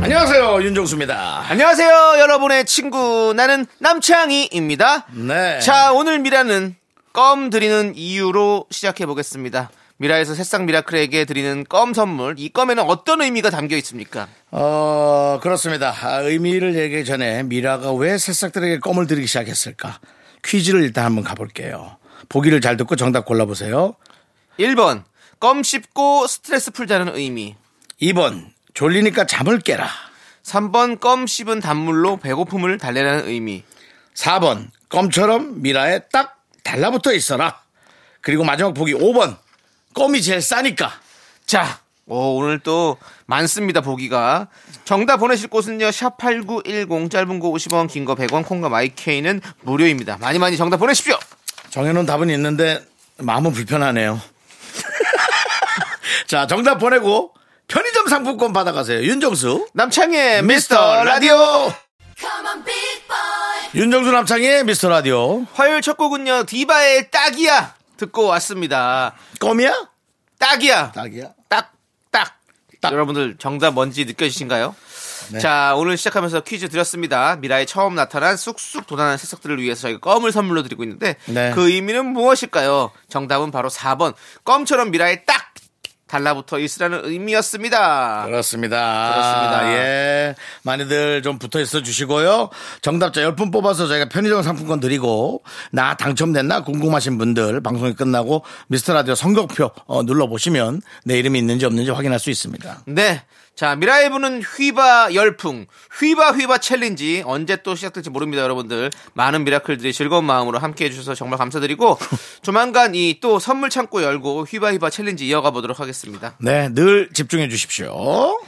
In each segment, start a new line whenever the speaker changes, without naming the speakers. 안녕하세요 윤정수입니다.
안녕하세요, 여러분의 친구. 나는 남창희입니다.
네.
자, 오늘 미라는 껌 드리는 이유로 시작해 보겠습니다. 미라에서 새싹 미라클에게 드리는 껌 선물. 이 껌에는 어떤 의미가 담겨 있습니까?
어 그렇습니다. 아, 의미를 얘기하기 전에 미라가 왜 새싹들에게 껌을 드리기 시작했을까 퀴즈를 일단 한번 가볼게요. 보기를 잘 듣고 정답 골라보세요.
1번. 껌 씹고 스트레스 풀자는 의미.
2번 졸리니까 잠을 깨라.
3번. 껌 씹은 단물로 배고픔을 달래라는 의미.
4번 껌처럼 미라에 딱 달라붙어 있어라. 그리고 마지막 보기 5번 껌이 제일 싸니까.
자, 오, 오늘 또 많습니다, 보기가. 정답 보내실 곳은요, 샵8910, 짧은 거 50원, 긴 거 100원, 콩과 마이케이는 무료입니다. 많이 많이 정답 보내십시오!
정해놓은 답은 있는데 마음은 불편하네요. 자 정답 보내고 편의점 상품권 받아가세요. 윤정수.
남창의
미스터
미스터 라디오!
라디오.
Come on, big boy.
윤정수 남창의 미스터 라디오.
화요일 첫 곡은요, 디바의 딱이야! 듣고 왔습니다.
껌이야?
딱이야!
딱이야.
딱, 딱.
딱.
여러분들 정답 뭔지 느껴지신가요?
네.
자, 오늘 시작하면서 퀴즈 드렸습니다. 미라에 처음 나타난 쑥쑥 돋아나는 새싹들을 위해서 저희가 껌을 선물로 드리고 있는데
네.
그 의미는 무엇일까요? 정답은 바로 4번. 껌처럼 미라에 딱 달라붙어 있으라는 의미였습니다.
그렇습니다.
그렇습니다.
예. 많이들 좀 붙어 있어 주시고요. 정답자 10분 뽑아서 저희가 편의점 상품권 드리고, 나 당첨됐나 궁금하신 분들 방송이 끝나고 미스터 라디오 선곡표 어, 눌러보시면 내 이름이 있는지 없는지 확인할 수 있습니다.
네. 자, 미라의 부는 휘바 열풍, 휘바 휘바 챌린지 언제 또 시작될지 모릅니다, 여러분들. 많은 미라클들이 즐거운 마음으로 함께 해주셔서 정말 감사드리고 조만간 이 또 선물 창고 열고 휘바 휘바 챌린지 이어가 보도록 하겠습니다.
네. 늘 집중해 주십시오.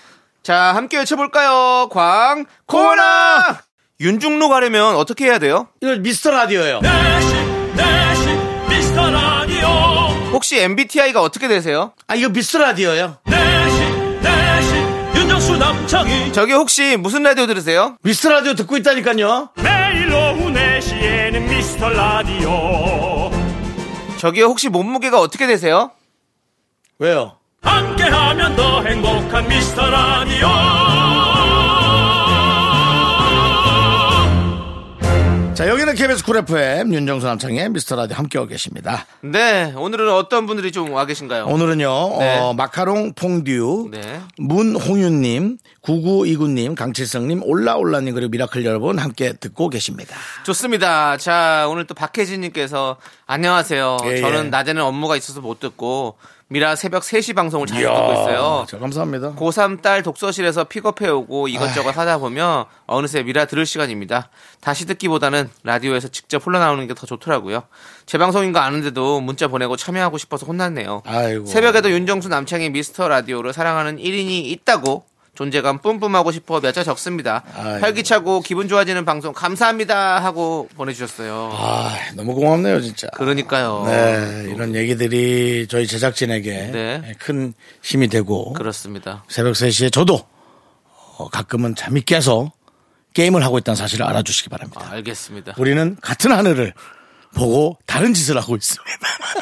자, 함께 외쳐볼까요? 광, 코나! 윤중로 가려면 어떻게 해야 돼요?
이거 미스터 라디오예요
내시 내시 미스터 라디오
혹시 MBTI가 어떻게 되세요?
아, 이거 미스터 라디오예요
내시 내시 윤정수 남창이
저기 혹시 무슨 라디오 들으세요?
미스터 라디오 듣고 있다니까요.
매일 오후 4시에는 미스터 라디오
저기 혹시 몸무게가 어떻게 되세요?
왜요?
함께하면 더 행복한 미스터 라디오
자, 여기는 KBS 쿨 FM 윤정수 남창의 미스터 라디오 함께하고 계십니다.
네, 오늘은 어떤 분들이 좀 와 계신가요?
오늘은요,
네.
어, 마카롱 퐁듀,
네.
문홍윤님, 9929님, 강칠성님, 올라올라님, 그리고 미라클 여러분 함께 듣고 계십니다.
좋습니다. 자, 오늘 또 박혜진님께서 안녕하세요.
예, 예.
저는 낮에는 업무가 있어서 못 듣고 미라 새벽 3시 방송을 잘
이야,
네, 듣고 있어요.
저 감사합니다.
고3 딸 독서실에서 픽업해 오고 이것저것 하다 보면 어느새 미라 들을 시간입니다. 다시 듣기보다는 라디오에서 직접 흘러나오는 게 더 좋더라고요. 제 방송인 거 아는데도 문자 보내고 참여하고 싶어서 혼났네요.
아이고.
새벽에도 윤정수 남창의 미스터 라디오를 사랑하는 1인이 있다고 존재감 뿜뿜하고 싶어 몇 자 적습니다.
아이고.
활기차고 기분 좋아지는 방송 감사합니다 하고 보내주셨어요.
아, 너무 고맙네요, 진짜.
그러니까요.
네, 이런 얘기들이 저희 제작진에게
어, 네.
큰 힘이 되고
그렇습니다.
새벽 3시에 저도 어, 가끔은 잠이 깨서 게임을 하고 있다는 사실을 알아주시기 바랍니다.
아, 알겠습니다.
우리는 같은 하늘을 보고 다른 짓을 하고 있습니다.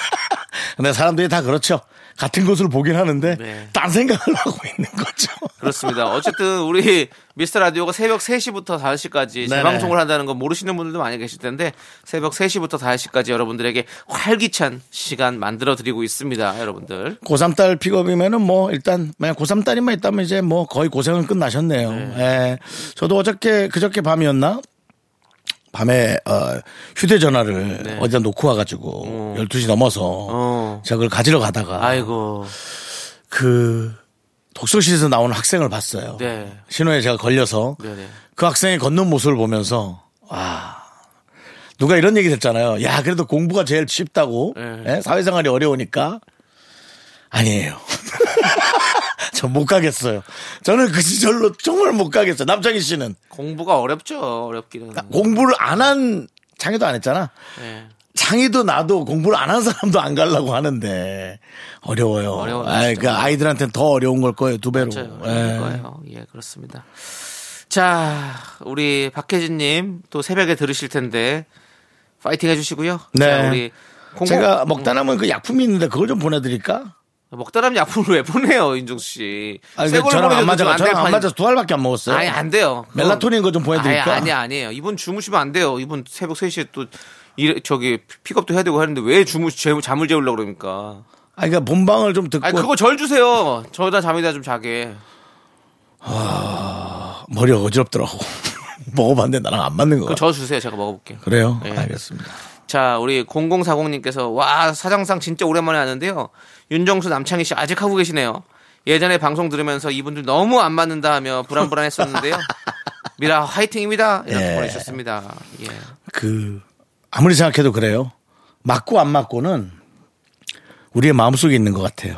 근데 사람들이 다 그렇죠. 같은 것을 보긴 하는데
네.
딴 생각을 하고 있는 거죠.
그렇습니다. 어쨌든 우리 미스터 라디오가 새벽 3시부터 5시까지
네네.
재방송을 한다는 거 모르시는 분들도 많이 계실 텐데 새벽 3시부터 5시까지 여러분들에게 활기찬 시간 만들어 드리고 있습니다. 여러분들.
고3 딸 픽업이면은 뭐 일단 만약 고3 딸이만 있다면 이제 뭐 거의 고생은 끝나셨네요. 예. 저도 어저께 그저께 밤이었나? 밤에 어, 휴대전화를 어디다 놓고 와가지고 12시 넘어서
네. 어.
제가 그걸 가지러 가다가
아이고.
그 독서실에서 나오는 학생을 봤어요.
네.
신호에 제가 걸려서
네네.
그 학생이 걷는 모습을 보면서 아 누가 이런 얘기 했잖아요. 야 그래도 공부가 제일 쉽다고
네.
예? 사회생활이 어려우니까 아니에요. 저 못 가겠어요. 저는 그 시절로 정말 못 가겠어요. 남창희 씨는
공부가 어렵죠. 어렵기는.
아. 공부를 안 한 창희도 안 했잖아.
예.
창희도 나도 공부를 안 한 사람도 안 가려고 하는데 어려워요.
어려워요,
아, 그러니까
진짜.
아이들한테는 더 어려운 걸 거예요. 두 배로.
맞아요.
예.
예. 거예요. 예, 그렇습니다. 자, 우리 박혜진님 또 새벽에 들으실 텐데 파이팅 해주시고요.
네.
자, 우리 공공-
제가 먹다 남은 그 약품이 있는데 그걸 좀 보내드릴까?
먹다람 약품을 왜 보내요, 인중수 씨?
아니,
새 걸로
저랑 안
보내줘도
맞아.
좀안될
저랑 안
판이-
맞아서 두 알밖에 안 먹었어요.
아니 안 돼요. 그건-
멜라토닌 거 좀 보내드릴까?
아니, 아니 아니에요. 이분 주무시면 안 돼요. 이분 새벽 3시에 또 일, 저기 픽업도 해야 되고 하는데 왜 주무 재- 잠을 재우려고 그러니까.
아니, 그러니까 본방을 좀 듣고
아니 그거 절 주세요. 저다 잠이다 좀 자게.
머리가 어지럽더라고. 먹어봤는데 나랑 안 맞는 거
그거
같아.
저 주세요. 제가 먹어볼게요.
그래요?
예.
알겠습니다.
자, 우리 0040님께서 와 사장상 진짜 오랜만에 하는데요. 윤정수 남창희 씨 아직 하고 계시네요. 예전에 방송 들으면서 이분들 너무 안 맞는다 하며 불안불안했었는데요. 미라 화이팅입니다. 이렇게
예.
보내주셨습니다. 예.
그 아무리 생각해도 그래요. 맞고 안 맞고는 우리의 마음속에 있는 것 같아요.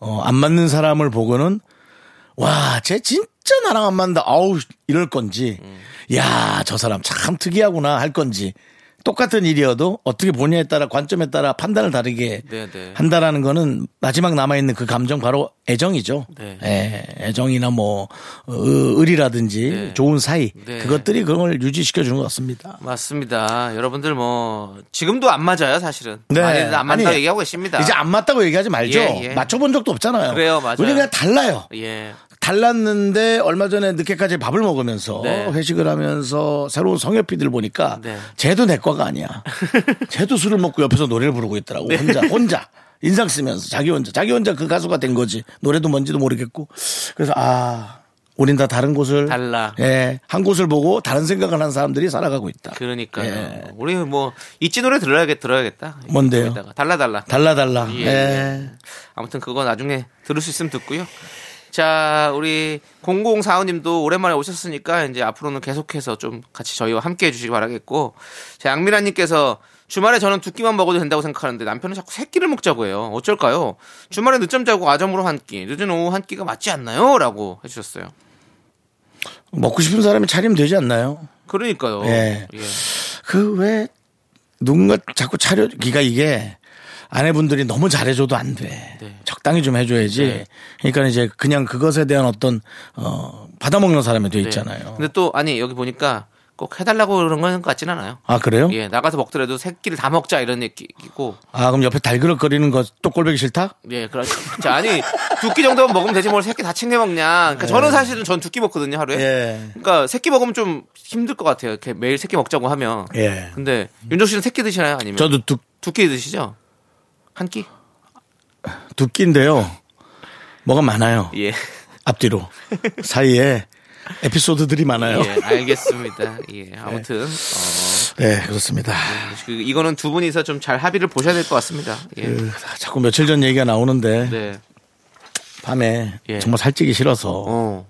어, 안 맞는 사람을 보고는 와, 쟤 진짜 나랑 안 맞는다. 아우, 이럴 건지. 야, 저 사람 참 특이하구나 할 건지. 똑같은 일이어도 어떻게 보냐에 따라 관점에 따라 판단을 다르게
네, 네.
한다라는 거는 마지막 남아 있는 그 감정 바로 애정이죠.
네.
예, 애정이나 뭐 어, 의리라든지
네.
좋은 사이
네.
그것들이 그걸 유지시켜 주는 것 같습니다.
맞습니다. 여러분들 뭐 지금도 안 맞아요, 사실은.
네.
많이들 안 맞다 고
아니,
얘기하고 계십니다.
이제 안 맞다고 얘기하지 말죠.
예, 예.
맞춰본 적도 없잖아요.
그래요, 맞아요.
우리 그냥 달라요.
예.
달랐는데 얼마 전에 늦게까지 밥을 먹으면서
네.
회식을 하면서 새로운 성엽피들 보니까
네.
쟤도 내 과가 아니야. 쟤도 술을 먹고 옆에서 노래를 부르고 있더라고.
네.
혼자 혼자 인상 쓰면서 자기 혼자 자기 혼자 그 가수가 된 거지. 노래도 뭔지도 모르겠고. 그래서 아 우린 다 다른 곳을
달라.
예, 한 곳을 보고 다른 생각을 한 사람들이 살아가고 있다.
그러니까요.
예.
우리 뭐 이찌 노래 들어야겠 들어야겠다.
뭔데요?
이따가. 달라 달라.
달라 달라.
예,
예.
예. 아무튼 그거 나중에 들을 수 있으면 듣고요. 자, 우리 0045님도 오랜만에 오셨으니까 이제 앞으로는 계속해서 좀 같이 저희와 함께 해주시기 바라겠고, 자, 양미라님께서 주말에 저는 두 끼만 먹어도 된다고 생각하는데 남편은 자꾸 세 끼를 먹자고 해요. 어쩔까요? 주말에 늦잠 자고 아점으로 한 끼, 늦은 오후 한 끼가 맞지 않나요? 라고 해주셨어요.
먹고 싶은 사람이 차리면 되지 않나요?
그러니까요.
예.
예.
그 왜 누군가 자꾸 차려 기가 이게 아내분들이 너무 잘해줘도 안 돼.
네.
적당히 좀 해줘야지. 그러니까 이제 그냥 그것에 대한 어떤 어 받아먹는 사람이 돼
네.
있잖아요.
근데 또, 아니, 여기 보니까 꼭 해달라고 그런 건 같진 않아요.
아 그래요?
예, 나가서 먹더라도 세 끼를 다 먹자 이런 얘기고,
아 그럼 옆에 달그럭거리는 거 또 꼴보기 싫다?
예, 그렇죠. 자, 아니 두 끼 정도만 먹으면 되지 뭘 세 끼 다 챙겨 먹냐. 그러니까 저는 사실은 전 두 끼 먹거든요 하루에.
예.
그러니까 세 끼 먹으면 좀 힘들 것 같아요. 이렇게 매일 세 끼 먹자고 하면.
예.
근데 윤종 씨는 세 끼 드시나요? 아니면
저도 두
두 끼 드시죠? 한 끼?
두끼인데요. 뭐가 많아요.
예.
앞뒤로 사이에 에피소드들이 많아요.
예, 알겠습니다. 예, 아무튼 어,
네 그렇습니다.
그, 이거는 두 분이서 좀 잘 합의를 보셔야 될 것 같습니다. 예.
그, 자꾸 며칠 전 얘기가 나오는데
네.
밤에
예.
정말 살찌기 싫어서
어,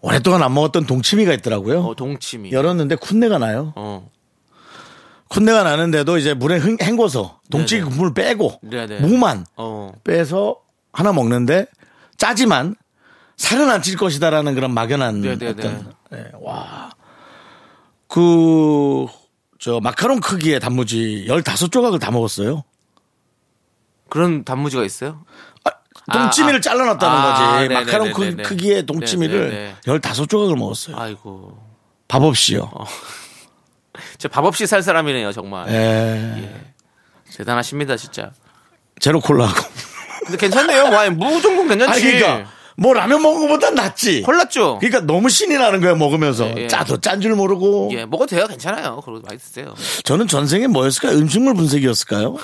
오랫동안 안 먹었던 동치미가 있더라고요.
어 동치미.
열었는데 쿤내가 나요.
어,
쿤내가 나는데도 이제 물에 헹- 헹궈서 동치기
네네.
국물 빼고
네네.
무만
어.
빼서 하나 먹는데 짜지만 살은 안 찔 것이다라는 그런 막연한
네네네.
어떤 예, 와. 그, 저, 마카롱 크기의 단무지 15조각을 다 먹었어요.
그런 단무지가 있어요?
아,
아, 아.
동치미를 잘라놨다는
아,
거지. 마카롱 크,
네네네네네.
크기의 동치미를
네네네.
15조각을 먹었어요.
아이고.
밥 없이요.
어. 제밥 없이 살 사람이네요, 정말.
예.
대단하십니다, 진짜.
제로 콜라하고.
근데 괜찮네요. 와, 무 정도는
아니,
괜찮지.
그러니까 뭐 라면 먹은 것보다 낫지.
콜랐죠?
그러니까 너무 신이 나는 거야 먹으면서
예.
짜도 짠 줄 모르고
예, 먹어도 돼요. 괜찮아요. 그리고 많이 드세요.
저는 전생에 뭐였을까요? 음식물 분석이었을까요?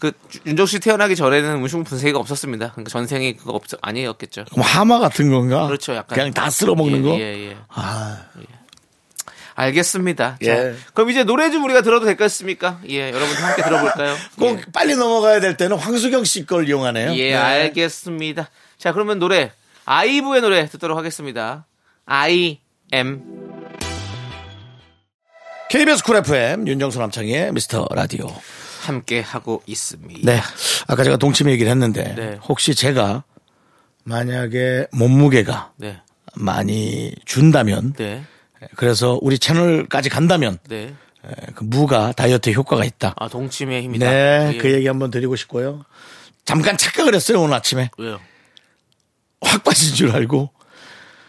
그, 주- 윤정 씨 태어나기 전에는 음식 분쇄기가 없었습니다. 그러니까 전생이 그거 없, 아니었겠죠.
그럼 뭐 하마 같은 건가?
그렇죠, 약간.
그냥 다 쓸어 먹는
예,
거.
예, 예.
아,
알겠습니다.
예.
자, 그럼 이제 노래 좀 우리가 들어도 될겠습니까? 예, 여러분들 함께 들어볼까요?
꼭 빨리 넘어가야 될 때는 황수경 씨 걸 이용하네요.
예,
네.
예 알겠습니다. 자, 그러면 노래, 아이브의 노래 듣도록 하겠습니다. I am.
KBS 쿨 FM 윤정수 남창의 미스터 라디오.
함께 하고 있습니다.
네. 아까 제가 동치미 얘기를 했는데
네.
혹시 제가 만약에 몸무게가
네.
많이 준다면
네.
그래서 우리 채널까지 간다면
네.
에, 그 무가 다이어트에 효과가 있다.
아, 동침의 힘이다.
네,
예.
그 얘기 한번 드리고 싶고요. 잠깐 착각을 했어요 오늘 아침에
왜요?
확 빠진 줄 알고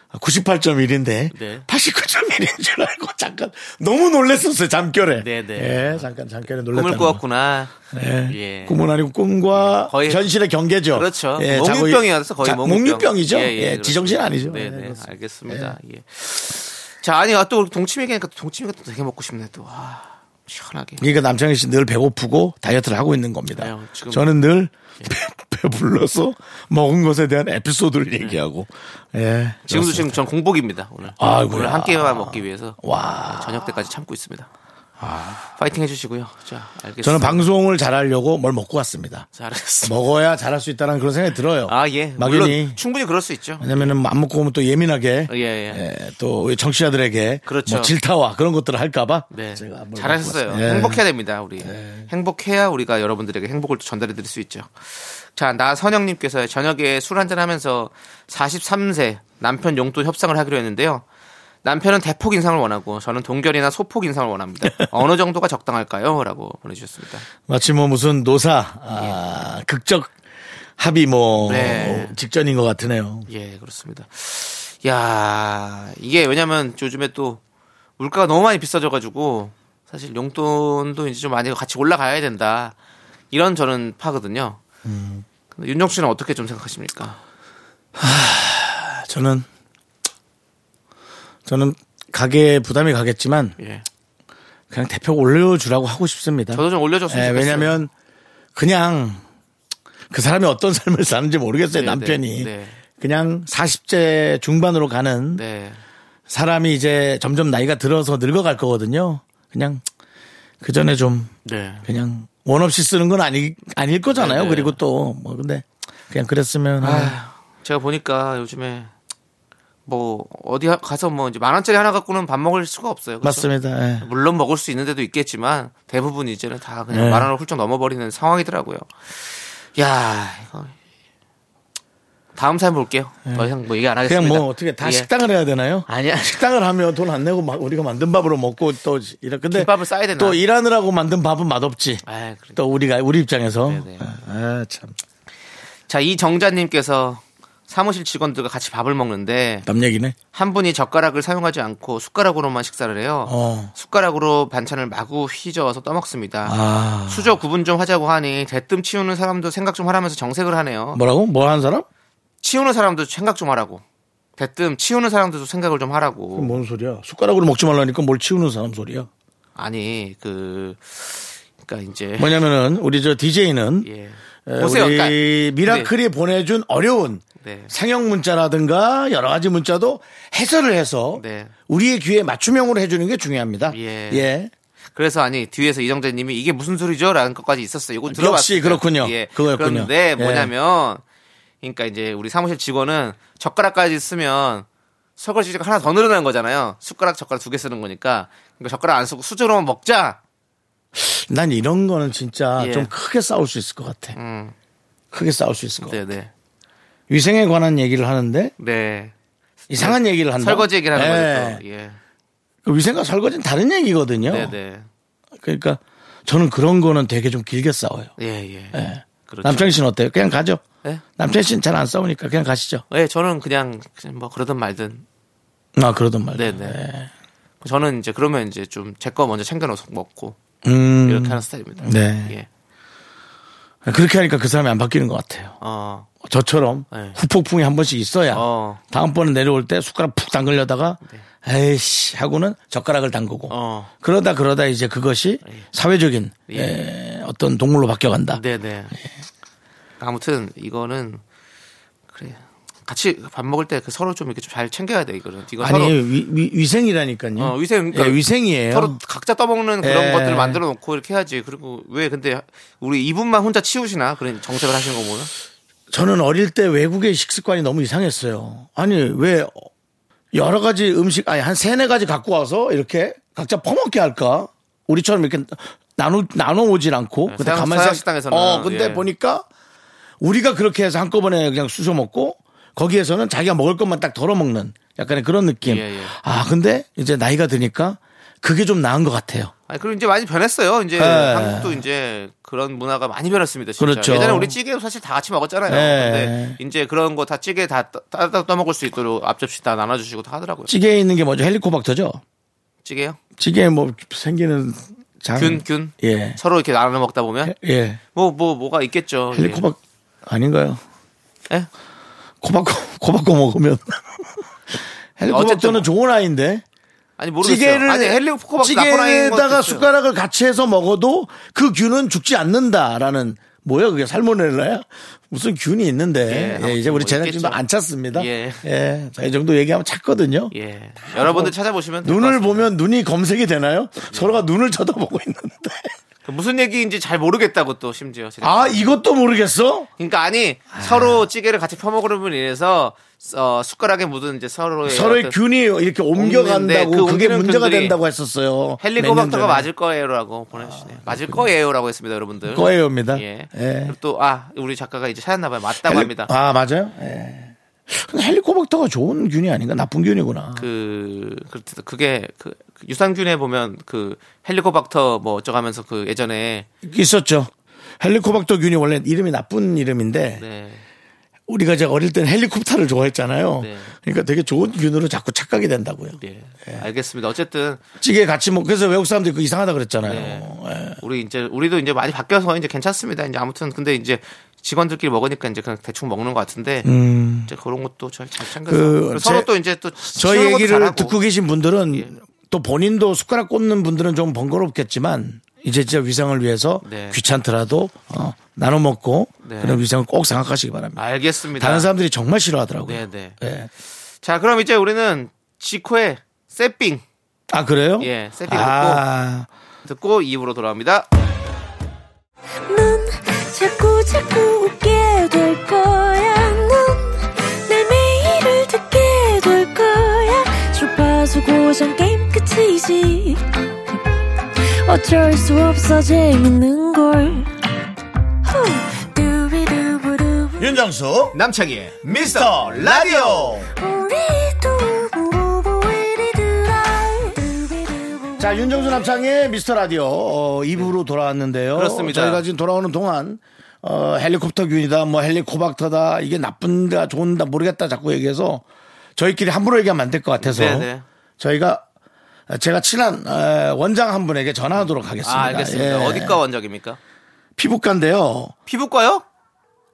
아, 98.1인데
네.
89.1인 줄 알고 잠깐 너무 놀랬었어요 잠결에.
네, 네.
예, 잠깐 잠결에
꿈을
놀랬다.
꾸었구나.
예.
예.
꿈은 아니고 꿈과
거의-
현실의 경계죠. 예,
그렇죠.
자고-
몽유병이어서 거의
자,
몽유병.
몽유병이죠.
예,
예,
예, 그렇죠.
지정신 아니죠.
네, 네.
예,
알겠습니다. 예. 자, 아니, 아, 또 동치미 얘기하니까 또 동치미가 또 되게 먹고 싶네, 또. 와, 시원하게.
그러니까 남창희 씨 늘 배고프고 다이어트를 하고 있는 겁니다.
아유, 네, 지금- 예.
저는 늘 배, 불러서 먹은 것에 대한 에피소드를 얘기하고. 예.
네. 지금도
그렇습니다.
지금 전 공복입니다, 오늘.
아이고야.
오늘 한 끼만 먹기 위해서.
와.
저녁 때까지 참고 있습니다. 파이팅 해주시고요. 자, 알겠습니다.
아. 저는 방송을 잘하려고 뭘 먹고 왔습니다.
잘했습니다.
먹어야 잘할 수 있다는 그런 생각이 들어요.
아, 예.
뭐, 막연히. 네.
물론 충분히 그럴 수 있죠.
왜냐면은 안 먹고 오면 또 예민하게.
예, 예.
예, 또 우리 정치자들에게.
그렇죠.
뭐 질타와 그런 것들을 할까봐.
네.
제가 뭘 먹고
잘하셨어요.
왔어요. 예.
행복해야 됩니다, 예. 우리. 행복해야 우리가 여러분들에게 행복을 또 전달해 드릴 수 있죠. 자, 나선영님께서 저녁에 술 한잔 하면서 43세 남편 용돈 협상을 하기로 했는데요. 남편은 대폭 인상을 원하고 저는 동결이나 소폭 인상을 원합니다. 어느 정도가 적당할까요? 라고 보내주셨습니다.
마치 뭐 무슨 노사 아, 극적 합의 뭐
예. 네.
직전인 것 같으네요.
예, 그렇습니다. 야 이게 왜냐면 요즘에 또 물가가 너무 많이 비싸져가지고 사실 용돈도 이제 좀 많이 같이 올라가야 된다. 이런 저는 파거든요.
음.
근데 윤정 씨는 어떻게 좀 생각하십니까?
아, 저는 저는 가게에 부담이 가겠지만
예.
그냥 대표 올려주라고 하고 싶습니다.
저도 좀 올려줬으면
예,
좋겠어요.
왜냐하면 그냥 그 사람이 어떤 삶을 사는지 모르겠어요.
네,
남편이
네, 네.
그냥 40대 중반으로 가는
네.
사람이 이제 점점 나이가 들어서 늙어갈 거거든요. 그냥 그 전에 좀
네.
그냥 원 없이 쓰는 건 아니 아닐 거잖아요.
네네.
그리고 또 뭐 근데 그냥 그랬으면 아,
아, 제가 보니까 요즘에 뭐 어디 가서 뭐 이제 만 원짜리 하나 갖고는 밥 먹을 수가 없어요. 그렇죠?
맞습니다. 예.
물론 먹을 수 있는 데도 있겠지만 대부분 이제는 다 그냥
네.
만 원을 훌쩍 넘어버리는 상황이더라고요. 야 이거 다음 사연 볼게요. 더 이상 뭐 얘기 안
네. 그냥
하겠습니다.
뭐 어떻게 다
예.
식당을 네. 해야 되나요?
아니야.
식당을 하면 돈 안 내고 막 우리가 만든 밥으로 먹고 또 이래 근데
김밥을 싸야 되나?
또 일하느라고 만든 밥은 맛없지.
아, 그래.
또 우리가 우리 입장에서
네네.
아, 참.
자 이정자님께서 사무실 직원들과 같이 밥을 먹는데
남 얘기네.
한 분이 젓가락을 사용하지 않고 숟가락으로만 식사를 해요.
어.
숟가락으로 반찬을 마구 휘저어서 떠먹습니다.
아.
수저 구분 좀 하자고 하니 대뜸 치우는 사람도 생각 좀 하라면서 정색을 하네요.
뭐라고? 뭐 하는 사람?
치우는 사람도 생각 좀 하라고. 대뜸 치우는 사람들도 생각을 좀 하라고.
뭔 소리야? 숟가락으로 먹지 말라니까 뭘 치우는 사람 소리야.
아니 그 그러니까 이제
뭐냐면은 우리 저 DJ는
예. 보세요.
우리
그러니까
미라클이 보내준 어려운
네.
상형 문자라든가 여러 가지 문자도 해설을 해서
네.
우리의 귀에 맞춤형으로 해주는 게 중요합니다.
예. 그래서 아니 뒤에서 이정재님이 이게 무슨 소리죠라는 것까지 있었어요. 이거 들어봤어요.
역시 그렇군요.
예.
그거였군요.
그런데
예.
뭐냐면 그러니까 이제 우리 사무실 직원은 젓가락까지 쓰면 설거지가 하나 더 늘어나는 거잖아요. 숟가락 젓가락 두 개 쓰는 거니까 그러니까 젓가락 안 쓰고 수저로만 먹자.
난 이런 거는 진짜
예.
좀 크게 싸울 수 있을 것 같아.
음,
크게 싸울 수 있을 것 같아.
네네.
위생에 관한 얘기를 하는데
네.
이상한 얘기를 한다.
설거지 얘기를 하는
예.
거죠. 예.
그 위생과 설거지는 다른 얘기거든요.
네네.
그러니까 저는 그런 거는 되게 좀 길게 싸워요.
예, 예.
예.
그렇죠.
남창희 씨는 어때요? 그냥 가죠.
예?
남창희 씨는 잘 안 싸우니까 그냥 가시죠.
예, 저는 그냥, 그냥 뭐 그러든 말든.
아 그러던 말이에요.
네네. 저는 이제 그러면 이제 좀 제 거 먼저 챙겨놓고 먹고
음,
이렇게 하는 스타일입니다.
네.
예.
그렇게 하니까 그 사람이 안 바뀌는 것 같아요.
어,
저처럼
네.
후폭풍이 한 번씩 있어야
어.
다음번에 내려올 때 숟가락 푹 담그려다가 에이씨 하고는 젓가락을 담그고
네. 어. 예.
그러다 그러다 이제 그것이 사회적인 에, 어떤 동물로 바뀌어간다.
네네. 아무튼 이거는 그래. 같이 밥 먹을 때 그 서로 좀 이렇게 좀 잘 챙겨야 돼 이거는. 이거
아니
서로
위, 생이라니까요 예,
어, 위생, 그러니까
위생이에요.
서로 각자 떠먹는 그런
예.
것들을 만들어 놓고 이렇게 해야지. 그리고 왜 근데 우리 이분만 혼자 치우시나? 그런 정색을 하시는 거 보면.
저는 어릴 때 외국의 식습관이 너무 이상했어요. 아니 왜 여러 가지 음식 아니 한 세네 가지 갖고 와서 이렇게 각자 퍼먹게 할까? 우리처럼 이렇게 나누 나눠 오질 않고
네,
근데
서양- 예.
가만히 생각-
서양 식당에서는,
어 근데
예.
보니까 우리가 그렇게 해서 한꺼번에 그냥 쑤셔 먹고 거기에서는 자기가 먹을 것만 딱 덜어 먹는 약간의 그런 느낌.
예, 예.
아, 근데 이제 나이가 드니까 그게 좀 나은 것 같아요.
아니, 그리고 이제 많이 변했어요. 이제
예.
한국도 이제 그런 문화가 많이 변했습니다. 진짜.
그렇죠.
예전에 우리 찌개도 사실 다 같이 먹었잖아요.
예.
근데 이제 그런 거 다 찌개 다 따- 따로 떠먹을 수 있도록 앞접시 다 나눠주시고 다 하더라고요.
찌개에 있는 게 뭐죠? 헬리코박터죠?
찌개요?
찌개에 뭐 생기는 장.
균, 균.
예.
서로 이렇게 나눠 먹다 보면
예.
뭐, 뭐, 뭐가 있겠죠. 예.
헬리코박 아닌가요?
예?
코박코 코박코 먹으면 헬리코박터는
어쨌든
좋은 아이인데
아니, 모르겠어요.
찌개를
아니, 헬리코박
찌개에다가 숟가락을 같이 해서 먹어도 그 균은 죽지 않는다라는 뭐야 그게 살모넬라야? 무슨 균이 있는데
예,
예, 이제 우리
뭐
재난진도
있겠죠.
안 찼습니다. 예,
예.
자, 이 정도 얘기하면 찼거든요.
예. 여러분들 찾아보시면 될것
눈을
같습니다. 예.
보면 눈이 검색이 되나요? 서로가 눈을 쳐다보고 있는데
무슨 얘기인지 잘 모르겠다고 또 심지어 제가.
아 이것도 모르겠어?
그러니까 아니 서로 찌개를 같이 퍼먹으려면 인해서 어, 숟가락에 묻은 이제 서로의
서로의
어떤
균이 이렇게 옮겨간다고
네, 옮기는데 그
그게
옮기는
문제가
균들이
된다고 했었어요. 몇년 전에. 아,
헬리코박터가 맞을 거예요라고 보내주시네요. 맞을 거예요라고 했습니다, 여러분들.
거예요입니다.
예.
예.
그리고 또 아, 우리 작가가 이제 찾았나봐요. 맞다고
헬리-
합니다.
아 맞아요. 예. 근데 헬리코박터가 좋은 균이 아닌가? 나쁜 균이구나.
그 그- 그게 그 유산균에 보면 그 헬리코박터 뭐 어쩌고하면서 그 예전에
있었죠. 헬리코박터 균이 원래 이름이 나쁜 이름인데
네.
우리가 이제 어릴 땐 헬리콥터를 좋아했잖아요.
네.
그러니까 되게 좋은 균으로 자꾸 착각이 된다고요.
예. 알겠습니다. 어쨌든
찌개 같이 먹 그래서 외국 사람들이 그 이상하다 그랬잖아요.
네.
예.
우리 이제 우리도 이제 많이 바뀌어서 이제 괜찮습니다. 이제 아무튼 근데 이제 직원들끼리 먹으니까 이제 그냥 대충 먹는 것 같은데 이제 그런 것도 잘잘 챙겨서
음. 그
그리고 서로
제-
또 이제 또
저희
치우는 것도
얘기를
잘하고.
듣고 계신 분들은 또 본인도 숟가락 꽂는 분들은 좀 번거롭겠지만 이제 진짜 위상을 위해서
네.
귀찮더라도 어, 나눠 먹고
네.
그런 위상을 꼭 생각하시기 바랍니다.
알겠습니다.
다른 사람들이 정말 싫어하더라고요.
네네.
예.
자 그럼 이제 우리는 지코의 세핑
아 그래요?
예 세핑
아,
듣고 듣고 2부로 돌아옵니다.
넌 자꾸 자꾸 웃게 될 거야. 넌내 매일을 듣게 될 거야. 주파수 고정 게임 끝이지. 어쩔 수 없어 재밌는 걸. 후. 두비두부두부.
윤정수
남창희의 미스터 라디오
우리 두부부부 우리 두라. 두비두부부.
자 윤정수 남창의 미스터 라디오 어, 2부로 돌아왔는데요.
네. 그렇습니다.
저희가 지금 돌아오는 동안 어, 헬리콥터 균이다 뭐 헬리코박터다 이게 나쁜가 좋은다 모르겠다 자꾸 얘기해서 저희끼리 함부로 얘기하면 안 될 것 같아서
네네.
저희가 제가 친한 어, 원장 한 분에게 전화하도록 하겠습니다.
아 알겠습니다.
예.
어디과 원장입니까?
피부과인데요.
피부과요?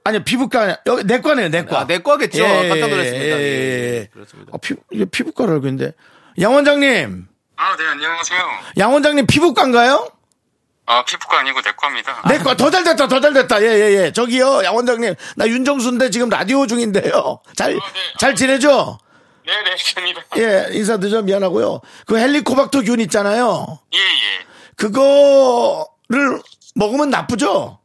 아니 피부과 여기 내과네요 내과
아, 내과겠죠. 깜짝 놀랐습니다. 예, 예. 그렇습니다.
아, 피, 이게 피부과를 알고 있는데 양 원장님
아, 네, 안녕하세요.
양 원장님 피부과인가요?
아, 피부과 아니고 내과입니다.
내과 더 잘 됐다 더 잘 됐다 예예예 저기요 양 원장님 나 윤정수인데 지금 라디오 중인데요 잘 잘
네.
지내죠?
네, 네, 입니다
예 인사 늦어 미안하고요 그 헬리코박터 균 있잖아요
예, 예.
그거를 먹으면 나쁘죠?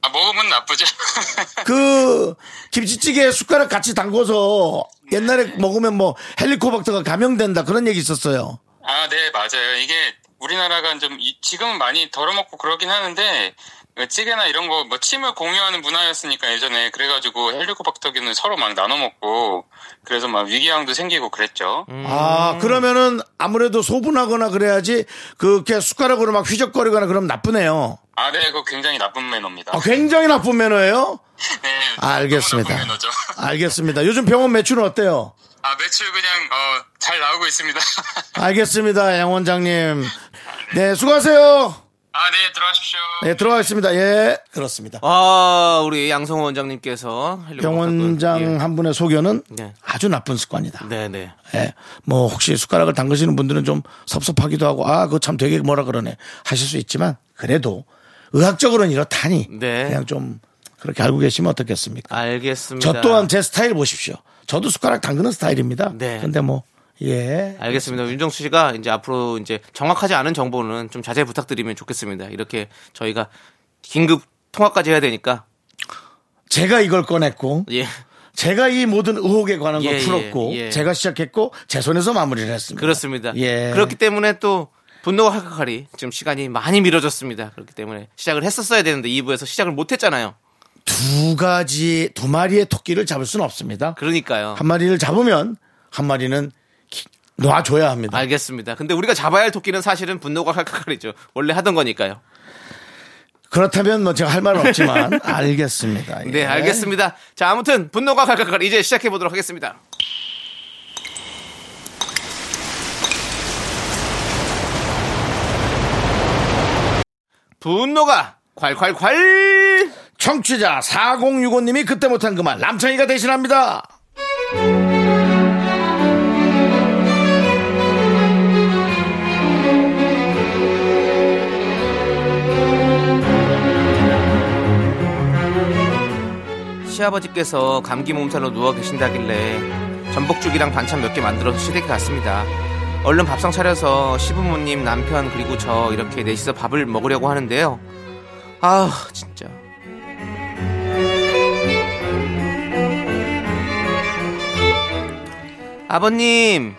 아, 먹으면 나쁘죠?
그 김치찌개에 숟가락 같이 담궈서 옛날에 먹으면 뭐 헬리코박터가 감염된다 그런 얘기 있었어요.
아, 네, 맞아요. 이게 우리나라가 좀 이- 지금은 많이 덜어먹고 그러긴 하는데 그 찌개나 이런 거 뭐 침을 공유하는 문화였으니까 예전에 그래가지고 헬리코박터기는 서로 막 나눠먹고 그래서 막 위기양도 생기고 그랬죠.
아 그러면은 아무래도 소분하거나 그래야지 그렇게 숟가락으로 막 휘적거리거나 그러면 나쁘네요.
아, 네, 그거 굉장히 나쁜 매너입니다.
아, 굉장히 나쁜 매너예요.
네,
알겠습니다.
너무 나쁜 매너죠.
알겠습니다. 요즘 병원 매출은 어때요?
아, 매출 그냥 어, 잘 나오고 있습니다.
알겠습니다, 양 원장님. 네 수고하세요.
아, 네, 들어가십시오.
네 들어가겠습니다. 예 그렇습니다.
아 우리 양성호 원장님께서 헬리코박터
병원장
예.
한 분의 소견은
네.
아주 나쁜 습관이다.
네네.
예. 뭐 혹시 숟가락을 담그시는 분들은 좀 섭섭하기도 하고 아 그거 참 되게 뭐라 그러네 하실 수 있지만 그래도 의학적으로는 이렇다니
네.
그냥 좀 그렇게 알고 계시면 어떻겠습니까?
알겠습니다.
저 또한 제 스타일 보십시오. 저도 숟가락 담그는 스타일입니다.
네.
근데 뭐 예.
알겠습니다. 윤정수 씨가 이제 앞으로 이제 정확하지 않은 정보는 좀 자제 부탁드리면 좋겠습니다. 이렇게 저희가 긴급 통화까지 해야 되니까
제가 이걸 꺼냈고
예
제가 이 모든 의혹에 관한 걸
예,
풀었고
예, 예.
제가 시작했고 제 손에서 마무리를 했습니다.
그렇습니다.
예.
그렇기 때문에 또 분노와 칼칼이 지금 시간이 많이 미뤄졌습니다. 그렇기 때문에 시작을 했었어야 되는데 2부에서 시작을 못했잖아요.
두 가지 두 마리의 토끼를 잡을 수는 없습니다.
그러니까요.
한 마리를 잡으면 한 마리는 기- 놔줘야 합니다.
알겠습니다. 근데 우리가 잡아야 할 토끼는 사실은 분노가 칼칼칼이죠. 원래 하던 거니까요.
그렇다면 뭐 제가 할 말은 없지만 알겠습니다. 예.
네, 알겠습니다. 자, 아무튼 분노가 칼칼칼 이제 시작해 보도록 하겠습니다. 분노가 콸콸콸!
청취자 4065님이 그때 못한 그 말 남창희가 대신합니다.
시아버지께서 감기 몸살로 누워 계신다길래 전복죽이랑 반찬 몇 개 만들어서 시댁에 갔습니다. 얼른 밥상 차려서 시부모님, 남편 그리고 저 이렇게 넷이서 밥을 먹으려고 하는데요. 아 진짜. 아버님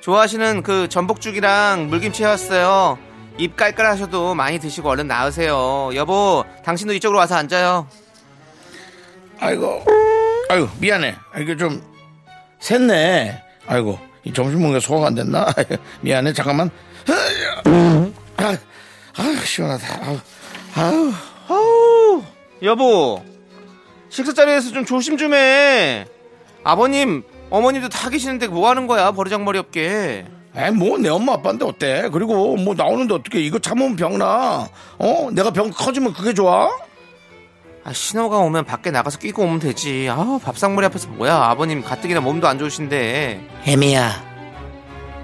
좋아하시는 그 전복죽이랑 물김치 해왔어요. 입 깔깔하셔도 많이 드시고 얼른 나으세요. 여보 당신도 이쪽으로 와서 앉아요.
아이고, 아이고 미안해. 이게 좀 샜네. 아이고 이 점심 먹는 게 소화가 안 됐나? 미안해. 잠깐만. 아, 아 시원하다. 아우, 아우.
아우, 여보, 식사 자리에서 좀 조심 좀 해. 아버님, 어머님도 다 계시는데 뭐 하는 거야, 버르장머리 없게.
아이 뭐내 엄마 아빠인데 어때? 그리고 뭐 나오는데 어떻게 이거 참으면 병나? 어? 내가 병 커지면 그게 좋아?
아, 신호가 오면 밖에 나가서 끼고 오면 되지. 아, 밥상머리 앞에서 뭐야, 아버님 가뜩이나 몸도 안 좋으신데.
혜미야,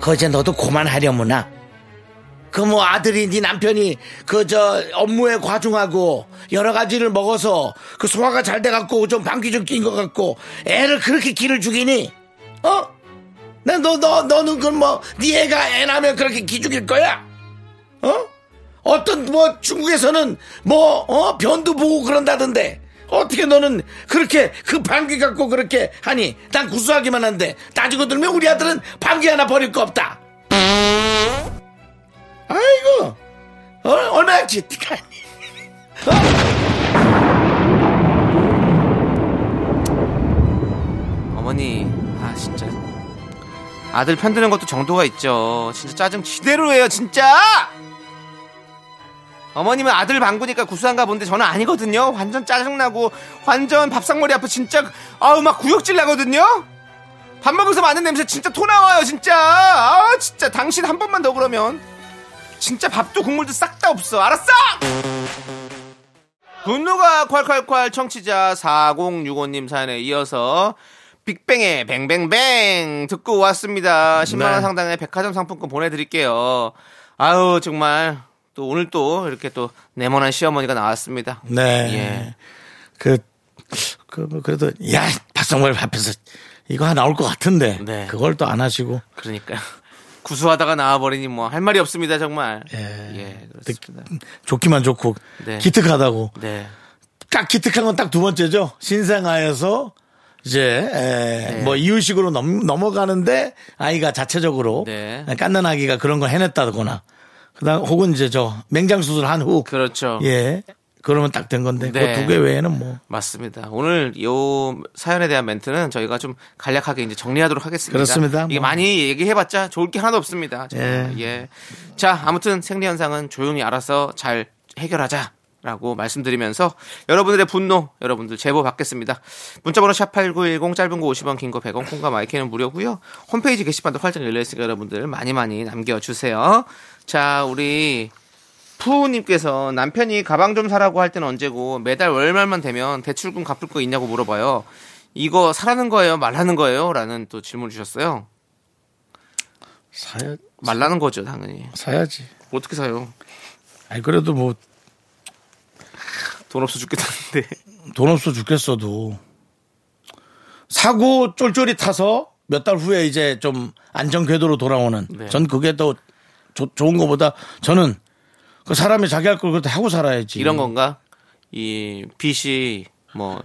거제 너도 그만하려무나. 그 뭐 아들이 네 남편이 그 저 업무에 과중하고 여러 가지를 먹어서 그 소화가 잘 돼갖고 좀 방귀 좀 낀 것 같고 애를 그렇게 기를 죽이니? 어? 난너너 너는 그뭐네 애가 애 낳으면 그렇게 기죽일 거야? 어? 어떤 뭐 중국에서는 뭐 어? 변도 보고 그런다던데 어떻게 너는 그렇게 그 방귀 갖고 그렇게 하니 난 구수하기만 한데 따지고 들면 우리 아들은 방귀 하나 버릴 거 없다 아이고 어, 얼마나 기특하니
어머니, 아, 진짜. 아들 편드는 것도 정도가 있죠. 진짜 짜증 지대로 해요, 진짜! 어머님은 아들 방구니까 구수한가 본데 저는 아니거든요. 완전 짜증나고, 완전 밥상머리 아파, 진짜, 아우, 막 구역질 나거든요? 밥 먹어서 많은 냄새 진짜 토 나와요, 진짜! 아, 진짜, 당신 한 번만 더 그러면. 진짜 밥도 국물도 싹 다 없어, 알았어! 분노가 콸콸콸 청취자 4065님 사연에 이어서 빅뱅의 뱅뱅뱅 듣고 왔습니다. 10만원 상당의 백화점 상품권 보내드릴게요. 아유, 정말. 또 오늘 또 이렇게 또 네모난 시어머니가 나왔습니다. 예.
네. 그, 그, 뭐 그래도, 야, 박성월 앞에서 이거 하나 나올 것 같은데.
네.
그걸 또 안 하시고.
그러니까요. 구수하다가 나와버리니 뭐 할 말이 없습니다, 정말.
예.
예, 그렇습니다.
좋기만 좋고.
네.
기특하다고.
네.
딱 기특한 건 딱 두 번째죠. 신생아에서 이제 에,
네.
뭐 이유식으로 넘, 넘어가는데 아이가 자체적으로
네.
깐난 아기가 그런 걸 해냈다거나 그다음 혹은 이제 저 맹장 수술한 후
그렇죠.
예 그러면 딱 된 건데
네.
그 두 개 외에는 뭐
맞습니다. 오늘 요 사연에 대한 멘트는 저희가 좀 간략하게 이제 정리하도록 하겠습니다.
그렇습니다.
이게
뭐.
많이 얘기해봤자 좋을 게 하나도 없습니다.
예.
예. 예. 자, 아무튼 생리 현상은 조용히 알아서 잘 해결하자. 라고 말씀드리면서 여러분들의 분노 여러분들 제보 받겠습니다. 문자번호 샵8910 짧은 거 50원 긴 거 100원 콩과 마이크는 무료고요. 홈페이지 게시판도 활짝 열려 있으니까 여러분들 많이 많이 남겨주세요. 자 우리 푸우님께서 남편이 가방 좀 사라고 할 때는 언제고 매달 월말만 되면 대출금 갚을 거 있냐고 물어봐요. 이거 사라는 거예요? 말라는 거예요? 라는 또 질문 주셨어요.
사야
말라는 거죠, 당연히.
사야지.
어떻게 사요?
아니 그래도 뭐 돈
돈 없어 죽겠다는데.
없어 죽겠어도 사고 쫄쫄이 타서 몇 달 후에 이제 좀 안전 궤도로 돌아오는
네.
전 그게 더 조- 좋은 거보다 저는 그 사람이 자기 할 걸 그렇게 하고 살아야지.
이런 건가? 이 빚이 뭐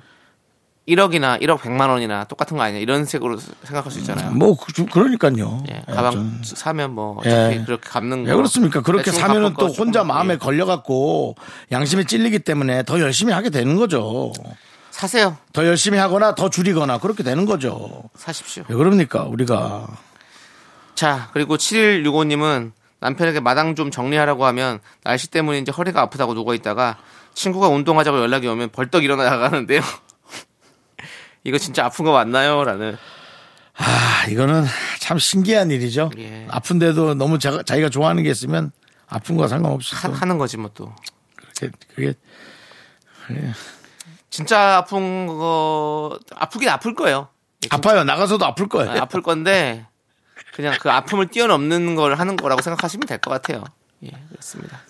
1억이나 1억 100만 원이나 똑같은 거 아니야? 이런 식으로 생각할 수 있잖아요.
뭐 그, 그러니까요.
예,
예,
가방
좀.
사면 뭐 어차피
예.
그렇게 갚는 거.
왜 그렇습니까? 그렇게
대충
사면은
갚을
또
거 조금,
혼자 마음에
예.
걸려갖고 양심에 찔리기 때문에 더 열심히 하게 되는 거죠.
사세요.
더 열심히 하거나 더 줄이거나 그렇게 되는 거죠.
사십시오.
왜 그럽니까 우리가
자, 그리고 7165님은 남편에게 마당 좀 정리하라고 하면 날씨 때문에 이제 허리가 아프다고 누워있다가 친구가 운동하자고 연락이 오면 벌떡 일어나 나가는데요. 이거 진짜 아픈 거 맞나요? 라는.
아 이거는 참 신기한 일이죠.
예.
아픈데도 너무 자, 기가 좋아하는 게 있으면 아픈 거 상관없이
하,
또
하는 거지 뭐 또.
그렇게 그게
진짜 아픈 거, 아프긴 아플 거예요.
아파요 나가서도 아플 거예요.
아, 아플 건데 그냥 그 아픔을 뛰어넘는 걸 하는 거라고 생각하시면 될 것 같아요. 예, 그렇습니다.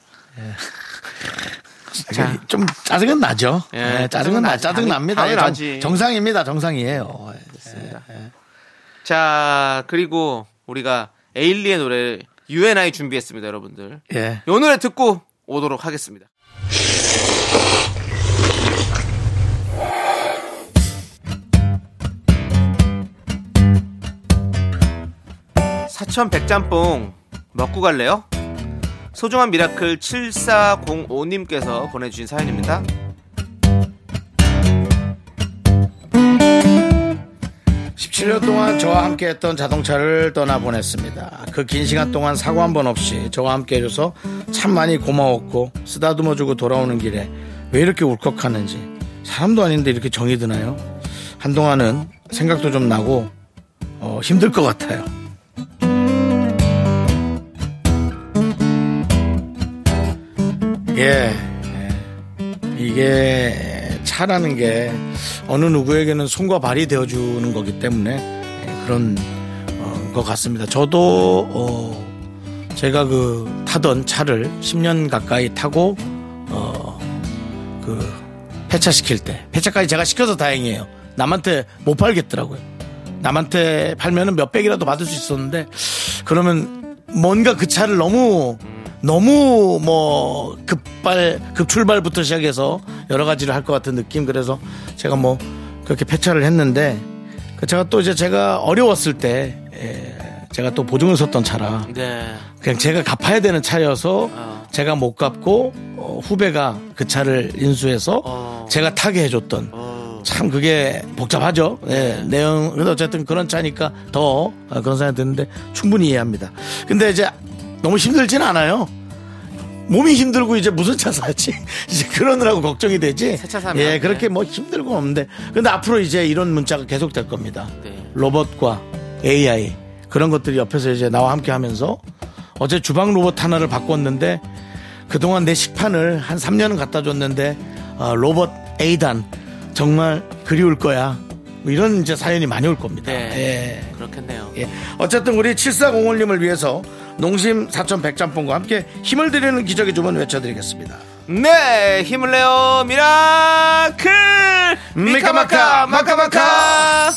자.
좀 짜증은 나죠.
예,
예, 짜증은
짜증은
나
나지.
짜증 납니다.
당연-
예,
당연하지.
정, 상입니다 정상이에요. 예.
자, 그리고 우리가 에일리의 노래 UNI 준비했습니다, 여러분들.
예.
이 노래 듣고 오도록 하겠습니다. 사천 백짬뽕 먹고 갈래요? 소중한 미라클 7405님께서 보내주신 사연입니다.
십칠 년 동안 저와 함께 했던 자동차를 떠나보냈습니다. 그 긴 시간 동안 사고 한 번 없이 저와 함께 해줘서 참 많이 고마웠고 쓰다듬어주고 돌아오는 길에 왜 이렇게 울컥하는지 사람도 아닌데 이렇게 정이 드나요? 한동안은 생각도 좀 나고 어, 힘들 것 같아요. 예. 이게 차라는 게 어느 누구에게는 손과 발이 되어주는 거기 때문에 그런 어, 것 같습니다. 저도 어, 제가 그 타던 차를 10년 가까이 타고 어, 그 폐차 시킬 때 폐차까지 제가 시켜서 다행이에요. 남한테 못 팔겠더라고요. 남한테 팔면은 몇 백이라도 받을 수 있었는데 그러면 뭔가 그 차를 너무 너무 뭐 급발 급출발부터 시작해서 여러 가지를 할 것 같은 느낌 그래서 제가 뭐 그렇게 폐차를 했는데 그 제가 또 이제 제가 어려웠을 때 예, 제가 또 보증을 섰던 차라
네.
그냥 제가 갚아야 되는 차여서
어.
제가 못 갚고 어, 후배가 그 차를 인수해서
어.
제가 타게 해줬던 참 그게 복잡하죠. 예, 내용 근데 어쨌든 그런 차니까 더 아, 그런 생각이 드는데 충분히 이해합니다. 근데 이제 너무 힘들진 않아요. 몸이 힘들고 이제 무슨 차 사지 이제 그러느라고 걱정이 되지.
새차 사면.
예, 그렇게 뭐 힘들고 없는데 근데 앞으로 이제 이런 문자가 계속 될 겁니다.
네.
로봇과 AI 그런 것들이 옆에서 이제 나와 함께 하면서 어제 주방 로봇 하나를 바꿨는데 그동안 내 식판을 한 3년은 갖다 줬는데 아, 로봇 A단 정말 그리울 거야. 뭐 이런 이제 사연이 많이 올 겁니다.
네.
예.
그렇겠네요.
예. 어쨌든 우리 7405님을 위해서 농심 4100짬뽕과 함께 힘을 드리는 기적의 주문 외쳐드리겠습니다.
네, 힘을 내요 미라클
미카마카,
미카마카
마카마카.
마카마카.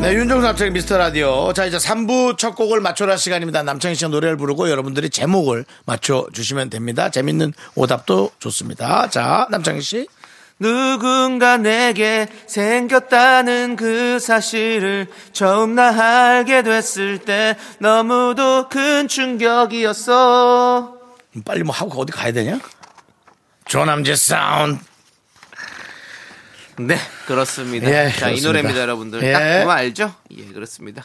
네, 윤종수 남창의 미스터 라디오. 자, 이제 3부 첫 곡을 맞춰라 시간입니다. 남창희 씨가 노래를 부르고 여러분들이 제목을 맞춰주시면 됩니다. 재밌는 오답도 좋습니다. 자, 남창희 씨.
누군가 내게 생겼다는 그 사실을 처음 나 알게 됐을 때 너무도 큰 충격이었어.
빨리 뭐 하고 어디 가야 되냐? 조남지 사운드.
네, 그렇습니다.
예,
자, 이
그렇습니다.
노래입니다, 여러분들.
예.
딱 보면 알죠? 예, 그렇습니다.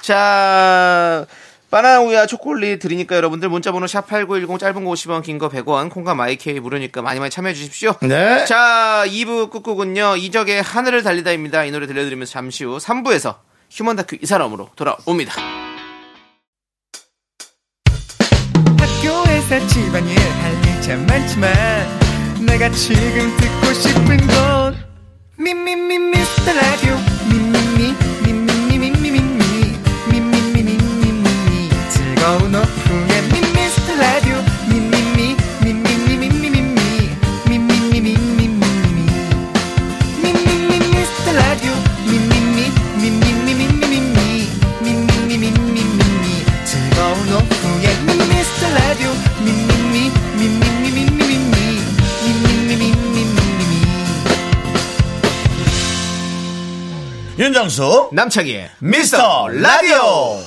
자, 바나나 우유와 초콜릿 드리니까 여러분들 문자번호 샵8910 짧은 거 50원, 긴 거 100원, 콩과 마이케이 무료니까 많이 많이 참여해 주십시오.
네.
자, 2부 끝곡은요, 이적의 하늘을 달리다입니다. 이 노래 들려드리면서 잠시 후 3부에서 휴먼 다큐 이 사람으로 돌아옵니다.
학교에서 집안일 할 일 참 많지만 내가 지금 듣고 싶은 건 미미미 미스터 라디오 미미미 미미미 미미미 미미미 미미미 미미미 즐거운 오후에 미미스터 라디오 미미미 미미미 미미미 미미미 미미미 미미미
윤정수.
남창희의
미스터 라디오.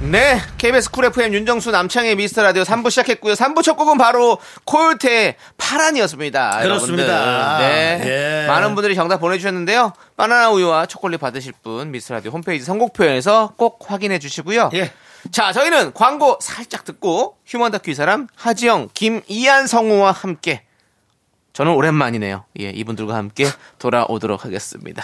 네, KBS 쿨 FM 윤정수 남창의 미스터 라디오 3부 시작했고요. 3부 첫 곡은 바로 콜트의 파란이었습니다.
그렇습니다.
여러분들. 네.
예.
많은 분들이 정답 보내주셨는데요. 바나나 우유와 초콜릿 받으실 분 미스터 라디오 홈페이지 선곡표에서 꼭 확인해 주시고요.
예.
자, 저희는 광고 살짝 듣고 휴먼 다큐 이 사람 하지영, 김이한 성우와 함께 저는 오랜만이네요. 예, 이분들과 함께 돌아오도록 하겠습니다.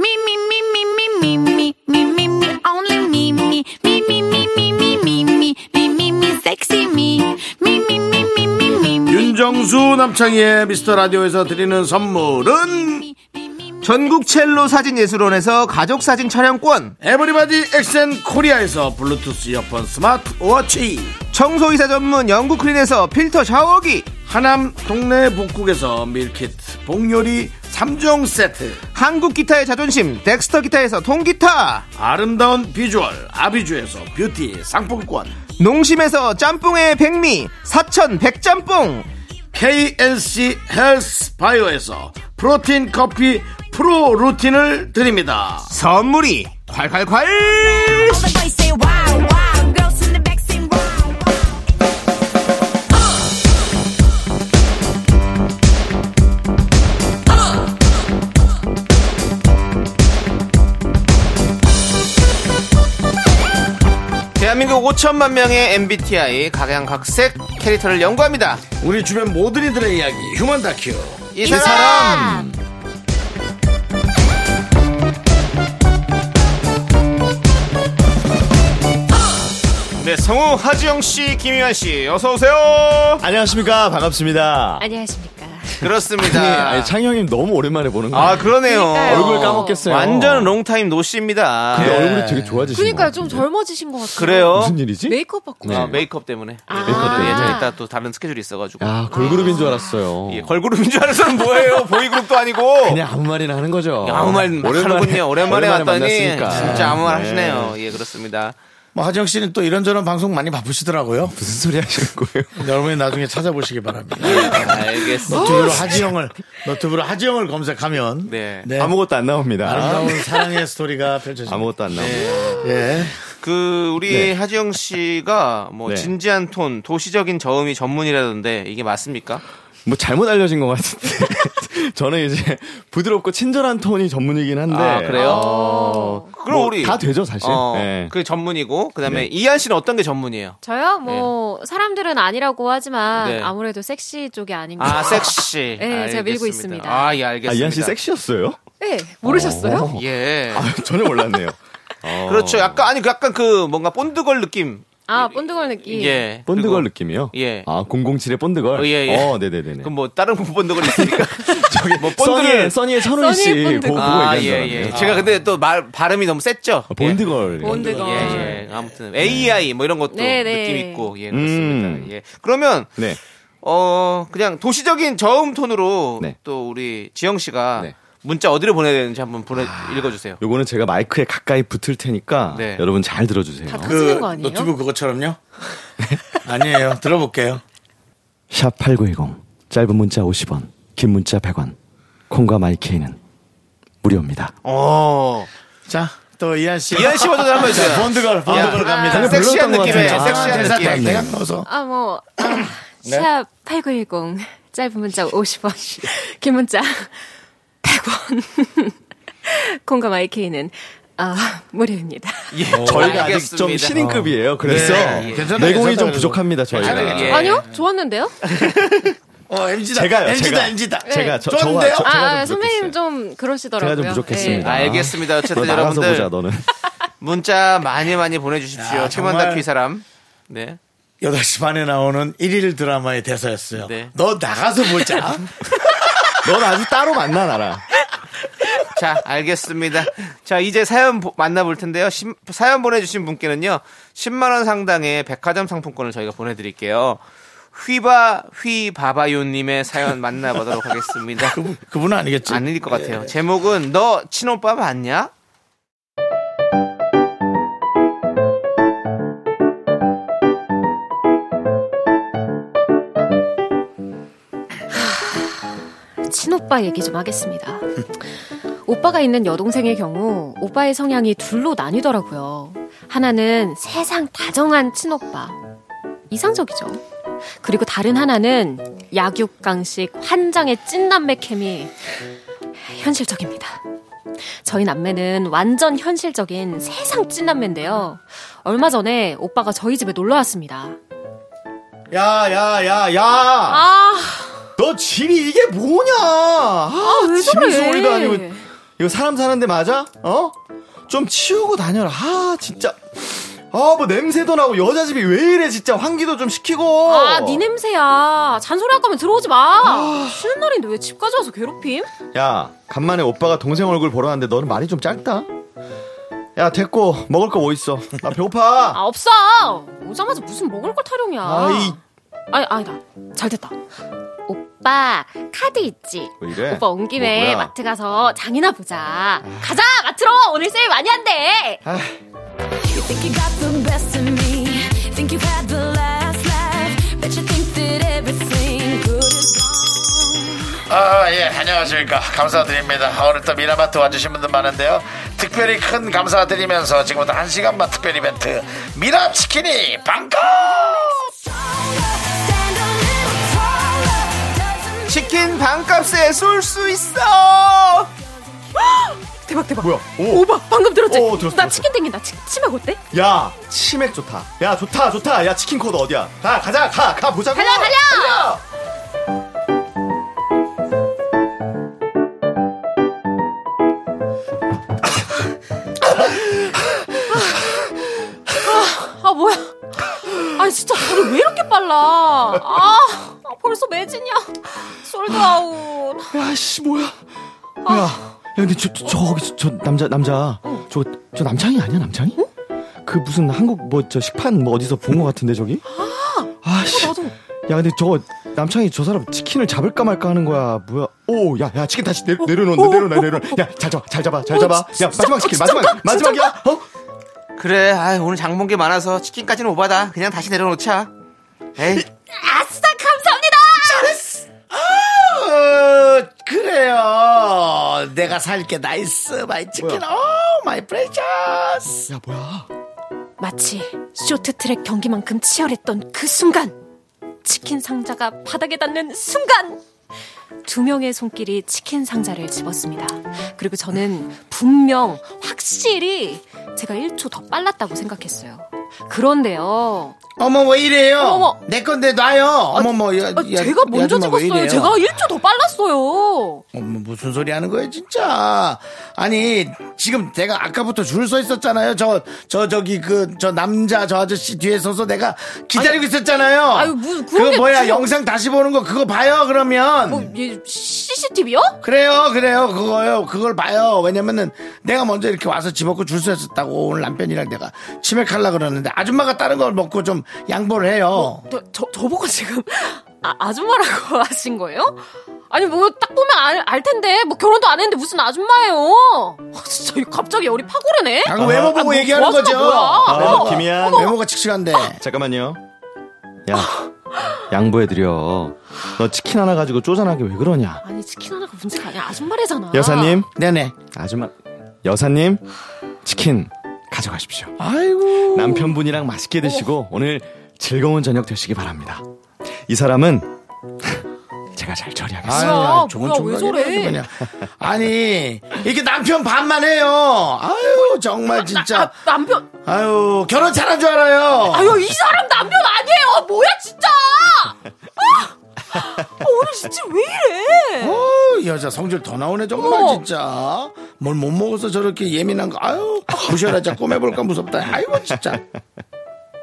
Me, me, me, me, me, me, me, me, me, me, only me, me, me, me, me, me, me, me, me, me, me, me, sexy me, me, me, me, me, me, me, me,
윤정수 남창희의 미스터 라디오에서 드리는 선물은
전국 첼로 사진
어,
예술원에서 가족 사진 촬영권,
에브리바디 엑센 코리아에서 블루투스 이어폰 스마트 워치
청소이사 전문 영국 클린에서 필터 샤워기,
하남 동네 북국에서 밀키트 복요리 3종 세트
한국 기타의 자존심 덱스터 기타에서 통기타,
아름다운 비주얼 아비주에서 뷰티 상품권
농심에서 짬뽕의 백미 사천 백짬뽕,
KNC 헬스 바이오에서 프로틴 커피 프로 루틴을 드립니다
선물이 콸콸콸!
all the boys say wow, wow, girls in the back say wow.
대한민국 5천만 명의 MBTI 각양각색 캐릭터를 연구합니다.
우리 주변 모든 이들의 이야기 휴먼 다큐
이 사람 네 성우 하지영 씨, 김희환 씨, 어서 오세요.
안녕하십니까 반갑습니다. 네,
안녕하십니까.
그렇습니다.
아니, 창희 형님 너무 오랜만에 보는 거예요.
아 그러네요.
얼굴 까먹겠어요.
완전 롱타임 노씨입니다. 네.
근데
네.
얼굴이 되게 좋아지신
그러니까
것
좀
같은데.
젊어지신 것 같아요.
그래요.
무슨 일이지?
메이크업 받고.
네.
아, 메이크업 때문에.
아.
메이크업 때문에
아.
예전에 있다 또 다른 스케줄이 있어가지고.
아 걸그룹인 줄 알았어요.
예, 걸그룹인 줄 아는 사람 뭐예요? 보이그룹도 아니고.
그냥 아무 말이나 하는 거죠.
아무 말 막 하는군요. 어. 오랜만에, 왔더니
만났으니까.
진짜 아무
네.
말 하시네요. 예, 그렇습니다.
뭐 하정 씨는 또 이런저런 방송 많이 바쁘시더라고요
무슨 소리 하시는 거예요?
여러분이 나중에 찾아보시기 바랍니다
알겠습니다.
어?
노트북으로
어,
하지영을 노트북으로 하지영을 검색하면
네.
아무것도 안 나옵니다.
아름다운 사랑의 스토리가 펼쳐집니다.
아무것도 안 나옵니다.
예.
그 우리
네.
하지영 씨가 뭐
네.
진지한 톤, 도시적인 저음이 전문이라던데 이게 맞습니까?
뭐 잘못 알려진 것 같은데. 저는 이제 부드럽고 친절한 톤이 전문이긴 한데.
아, 그래요?
어,
그럼
네. 뭐
우리
다 되죠 사실.
어,
네.
그 전문이고 그다음에
네.
이한 씨는 어떤 게 전문이에요?
저요? 뭐 사람들은 아니라고 하지만
네.
아무래도 섹시 쪽이 아닌가.
아, 섹시.
네, 제가 밀고
알겠습니다.
있습니다.
아, 예,
아
알겠습니다.
이한 씨 섹시였어요?
네, 모르셨어요?
어.
예.
아, 전혀 몰랐네요. 어.
그렇죠. 약간 아니 그 약간 그 뭔가 본드걸 느낌.
아, 본드걸 느낌.
예.
본드걸
그리고-
느낌이요?
예.
아, 007의 본드걸?
어, 예, 예.
어, 네네네네.
그럼 뭐 다른 본드걸 있으니까 저기 뭐
써니의,
본드를
써니의 천우희 씨
써니의 본드걸.
보고, 보고
아,
얘기한 줄
예,
알았네요.
예. 제가 근데 또 말 발음이 너무 셌죠.
아, 본드걸.
본드걸.
예, 예. 아무튼 AI 뭐 이런 것도
네, 네.
느낌 있고 예, 그렇습니다.
음.
예. 그러면
네.
어 그냥 도시적인 저음 톤으로
네.
또 우리 지영 씨가
네. 아.
문자 어디로 보내야 되는지 한번 보내 읽어 주세요.
요거는 제가 마이크에 가까이 붙을 테니까
네.
여러분 잘 들어주세요.
다
그
터지는 거 아니에요?
노트북 그것처럼요? 아니에요. 들어볼게요.
샵 8910. 짧은 문자 50원, 긴 문자 100원. 콩과 마이케이는 무료입니다.
어.
자, 또 이한 씨.
이한 씨 버전 한번 해주세요.
본드걸, 본드걸
야,
아,
아,
갑니다.
방금 섹시한
불렀던 것
느낌의
같은데. 아, 네.
섹시한
대사
느낌.
내가 넣어서.
아, 뭐. 아, 샵 8910. 짧은 문자 50원. 긴 문자 100원. 공감 IK는 아, 무료입니다.
예,
저희가 아직 좀
알겠습니다.
신인급이에요. 그래서
예, 예. 괜찮아요,
내공이 좀
괜찮아요.
부족합니다,
괜찮아요,
저희가.
예.
아니요? 좋았는데요?
어, MG다.
네. 제가요,
MG다,
제가.
MG다. 네.
제가 저,
좋은데요?
저와 저, 제가
아, 아,
좀 부족했어요.
선배님 좀 그러시더라고요.
제가 좀
예.
부족했습니다.
아, 알겠습니다.
너
어쨌든
나가서
네, 여러분들
보자, 너는.
문자 많이 많이 보내주십시오.
야,
최만
정말.
다큐 이 사람. 네.
8시 반에 나오는 1일 드라마의 대사였어요.
네.
너 나가서 보자.
넌 아주 따로 만나, 나라.
자, 알겠습니다. 자, 이제 사연 보- 만나볼 텐데요. 심- 사연 보내주신 분께는요, 10만원 상당의 백화점 상품권을 저희가 보내드릴게요. 휘바, 휘바바요님의 사연 만나보도록 하겠습니다.
그분은 아니겠지?
아닐 것 같아요. 제목은 너 친오빠 봤냐?
친오빠 얘기 좀 하겠습니다. 오빠가 있는 여동생의 경우 오빠의 성향이 둘로 나뉘더라고요. 하나는 세상 다정한 친오빠. 이상적이죠. 그리고 다른 하나는 약육강식 환장의 찐남매 케미. 현실적입니다. 저희 남매는 완전 현실적인 세상 찐남매인데요. 얼마 전에 오빠가 저희 집에 놀러 왔습니다.
야, 야, 야, 야.
아,
너 집이 이게 뭐냐? 아,
왜
집이
저래?
서울이도 아니고 이거 사람 사는데 맞아? 어? 좀 치우고 다녀라. 아, 진짜. 아, 뭐 냄새도 나고 여자 집이 왜 이래 진짜 환기도 좀 시키고.
아, 니 냄새야. 잔소리 할 거면 들어오지
아.
마. 쉬는 날인데 왜 집까지 와서 괴롭힘?
야, 간만에 오빠가 동생 얼굴 보러 왔는데 너는 말이 좀 짧다. 야, 됐고 먹을 거 뭐 있어? 나 배고파.
아, 없어! 오자마자 무슨 먹을 걸 타령이야.
아이.
아니, 아니, 나, 잘 됐다. 오빠, 카드 있지?
왜 이래?
오빠 온 김에
뭐, 뭐야?
마트 가서 장이나 보자. 가자! 마트로! 오늘 세일 많이 한대!
아,
Think you got the best of me. Think you've had the last laugh. Bet you think that everything good is gone.
아, 예, 안녕하십니까. 감사드립니다. 오늘 또 미라마트 와주신 분들 많은데요. 특별히 큰 감사드리면서 지금부터 한 시간만 특별 이벤트 미라치킨이 방콕!
Stand a little taller. Doesn't
치킨 반값에 쏠 수 있어.
대박, 대박.
뭐야? 오.
오빠, 방금 들었지?
오, 들었어,
나
들었어.
치킨 땡긴다. 치, 치맥 어때?
야, 치맥 좋다. 야, 좋다, 좋다. 야, 치킨 코드 어디야? 가, 가자, 가, 가, 보자고.
달려, 달려! 아, 뭐야. 아니, 진짜 발이 왜 이렇게 빨라? 아, 아, 벌써 매진이야. 솔드아웃.
야씨 뭐야? 야, 야 근데 저, 저 저기 저, 저 남자 남자 저 저 남창이 아니야 남창이? 그 무슨 한국 뭐 저 식판 뭐 어디서 본 것 같은데 저기? 아씨.
어, 나도.
야 근데 저거 남창이 저 사람 치킨을 잡을까 말까 하는 거야 뭐야 오야야 치킨 다시 내,
어,
내려놓는다 내려놔 내려놔 야잘 잡아 잘 잡아 잘 잡아 야 마지막 치킨 마지막 마지막이야 어?
그래, 아 오늘 장 본 게 많아서 치킨까지는 오바다. 그냥 다시 내려놓자. 에이,
아싸, 감사합니다!
어, 그래요. 내가 살게 나이스 마이 치킨. 오 마이 프레셔스.
야 뭐야
마치 쇼트트랙 경기만큼 치열했던 그 순간 치킨 상자가 바닥에 닿는 순간 두 명의 손길이 치킨 상자를 집었습니다. 그리고 저는 분명 확실히 제가 1초 더 빨랐다고 생각했어요. 그런데요.
어머 왜 이래요?
어머.
내 건데 놔요. 어머 뭐 야,
아,
야,
제가 먼저
아줌마 왜
집었어요.
이래요?
제가 1초 더 빨랐어요. 뭐,
어머 뭐 무슨 소리 하는 거예요 진짜. 아니 지금 내가 아까부터 줄 서 있었잖아요. 저 저 저기 그 저 남자 저 아저씨 뒤에 서서 내가 기다리고 있었잖아요.
아유, 무슨 그런
그거
게
뭐야
지금-
영상 다시 보는 거 그거 봐요 그러면.
뭐, 얘 CCTV요?
그래요, 그래요, 그거요, 그걸 봐요. 왜냐면은 내가 먼저 이렇게 와서 집었고 줄 서있었다고 오늘 남편이랑 내가 치맥할라 그러는데 아줌마가 다른 걸 먹고 좀 양보를 해요.
저, 저, 저보고 지금 아, 아줌마라고 하신 거예요? 아니 뭐 딱 보면 알, 알 텐데 뭐 결혼도 안 했는데 무슨 아줌마예요? 아, 진짜 이거 갑자기 열이 파고르네.
방금 외모 보고
뭐
얘기하는
좋아하는
거죠.
거야? 아,
외모가-
어머, 김이안.
외모가 칙칙한데.
잠깐만요 야
아.
양보해드려 너 치킨 하나 가지고 쪼잔하게 왜 그러냐
아니 치킨 하나가 문제가 아니야 아줌마래잖아.
여사님
네네.
아줌마 여사님 치킨 가져가십시오.
아이고.
남편분이랑 맛있게 드시고 오늘 즐거운 저녁 되시기 바랍니다. 이 사람은 제가 잘 처리하겠습니다.
아유,
뭐야,
좋은
뭐야, 왜
총각이네,
저래?
아주 그냥. 아니 이렇게 남편 반만 해요. 아유 정말
나,
진짜.
아, 남편
아유 결혼 잘한 줄 알아요.
아유 이 사람 남편 아니에요. 뭐야 진짜. 아! 아, 오늘 진짜 왜 이래?
어, 이 여자 성질 더 나오네 정말
어머.
진짜 뭘 못 먹어서 저렇게 예민한 거 아유 부셔라 자 꼬매볼까 무섭다 아이고 진짜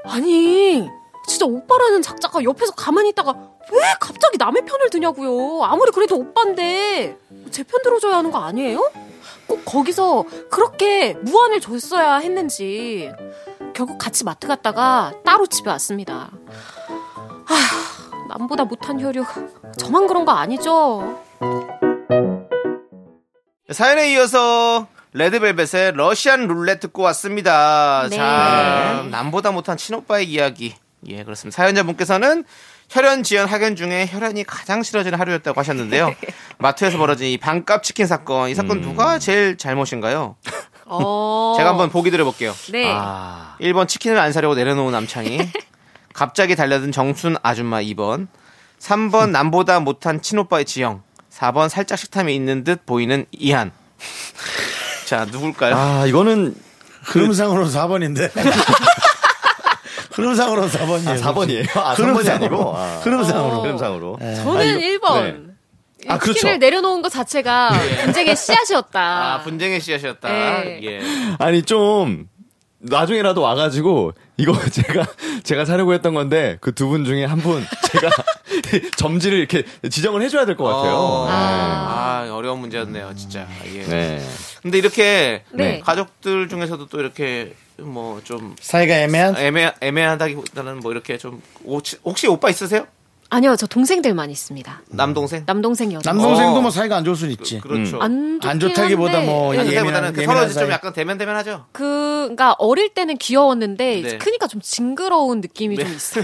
아니 진짜 오빠라는 작자가 옆에서 가만히 있다가 왜 갑자기 남의 편을 드냐고요 아무리 그래도 오빠인데 제 편 들어줘야 하는 거 아니에요? 꼭 거기서 그렇게 무안을 줬어야 했는지 결국 같이 마트 갔다가 따로 집에 왔습니다 아 남보다 못한 혈육 저만 그런 거 아니죠?
사연에 이어서 레드벨벳의 러시안 룰렛 듣고 왔습니다.
네.
자, 남보다 못한 친오빠의 이야기. 예, 그렇습니다. 사연자분께서는 혈연 지연 학연 중에 혈연이 가장 싫어지는 하루였다고 하셨는데요. 마트에서 벌어진 이 반값 치킨 사건, 이 사건 누가 제일 잘못인가요?
어.
제가 한번 아, 보기 드려볼게요.
네.
1번 치킨을 안 사려고 내려놓은 남창이 갑자기 달려든 정순 아줌마 2번 3번 남보다 못한 친오빠의 지영 4번 살짝 식탐이 있는 듯 보이는 이한 자 누굴까요?
아, 이거는
흐름상으로 4번인데. 흐름상으로 4번이에요.
아, 4번이에요. 아,
흐름상.
3번이 아니고. 아.
흐름상으로.
흐름상으로.
어. 네. 저는 일 1번.
네.
아, 그렇죠.
치킨을 내려놓은 것 자체가 분쟁의 씨앗이었다.
아 분쟁의 씨앗이었다
네.
예.
아니 좀 나중에라도 와가지고 이거 제가 제가 사려고 했던 건데 그 두 분 중에 한 분 제가 점지를 이렇게 지정을 해줘야 될 것 같아요.
어.
아.
아 어려운 문제였네요 진짜 예.
네.
근데 이렇게
네.
가족들 중에서도 또 이렇게 뭐 좀
사이가 애매한?
애매 애매하다기보다는 뭐 이렇게 좀 혹시, 혹시 오빠 있으세요?
아니요, 저 동생들만 있습니다.
남동생?
남동생 여자. 어,
남동생도
어.
뭐 사이가 안 좋을 순 있지.
그렇죠.
안, 좋긴
안 좋다기보다
한데,
뭐
예.
예.
남동생보다는
예민한-
그 서로
예민한
이제
사이.
좀 약간 대면대면하죠.
그, 그니까, 어릴 때는 귀여웠는데,
네.
크니까 좀 징그러운 느낌이 좀 있어요.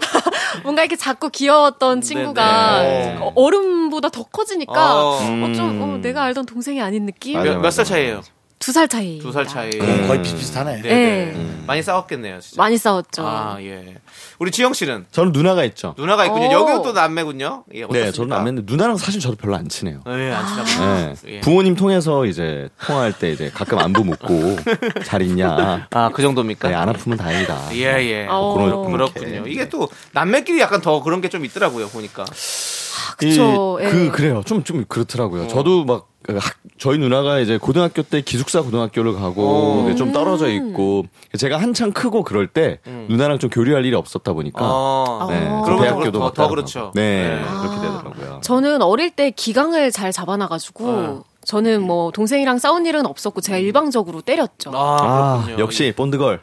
뭔가 이렇게 작고 귀여웠던 친구가,
네.
어, 어른보다 더 커지니까,
어.
어, 좀, 어, 내가 알던 동생이 아닌 느낌?
맞아요.
몇 살 차이예요?
두 살 차이.
두 살 차이.
음, 거의 비슷비슷하네.
네,
네.
네.
음.
많이 싸웠겠네요, 진짜.
많이 싸웠죠.
아, 예. 우리 지영 씨는
저는 누나가 있죠.
누나가 있군요.
어.
오.
여기는 또 남매군요. 예, 어떻습니까?
네, 저는 안 했는데 누나랑 사실 저도 별로 안 친해요.
예, 안
아.
친다.
네.
예.
부모님 통해서 이제 통화할 때 이제 가끔 안부 묻고 잘 있냐.
아, 그 정도입니까?
네, 안 아프면 다행이다.
예, 예.
어.
그런 이렇게 네.
그렇군요. 이게 또 남매끼리 약간 더 그런 게 좀 있더라고요, 보니까.
그쵸,
이-
예.
그 그래요. 좀 좀
어.
그렇더라고요. 저도 막 그, 학- 저희 누나가 이제 고등학교 때 기숙사 고등학교를 가고
오.
좀 떨어져
음.
있고 제가 한창 크고 그럴 때 누나랑 좀 교류할 일이 없었다 보니까
어.
네,
어.
저
음. 그러면
대학교도
더-
갔다
더
오고.
그렇죠.
네,
네.
그렇게
아.
되더라고요.
저는 어릴 때 기강을 잘 잡아놔가지고,
어. 음.
저는 뭐, 동생이랑 싸운 일은 없었고, 제가 일방적으로 때렸죠.
아,
아,
그렇군요.
역시 본드걸.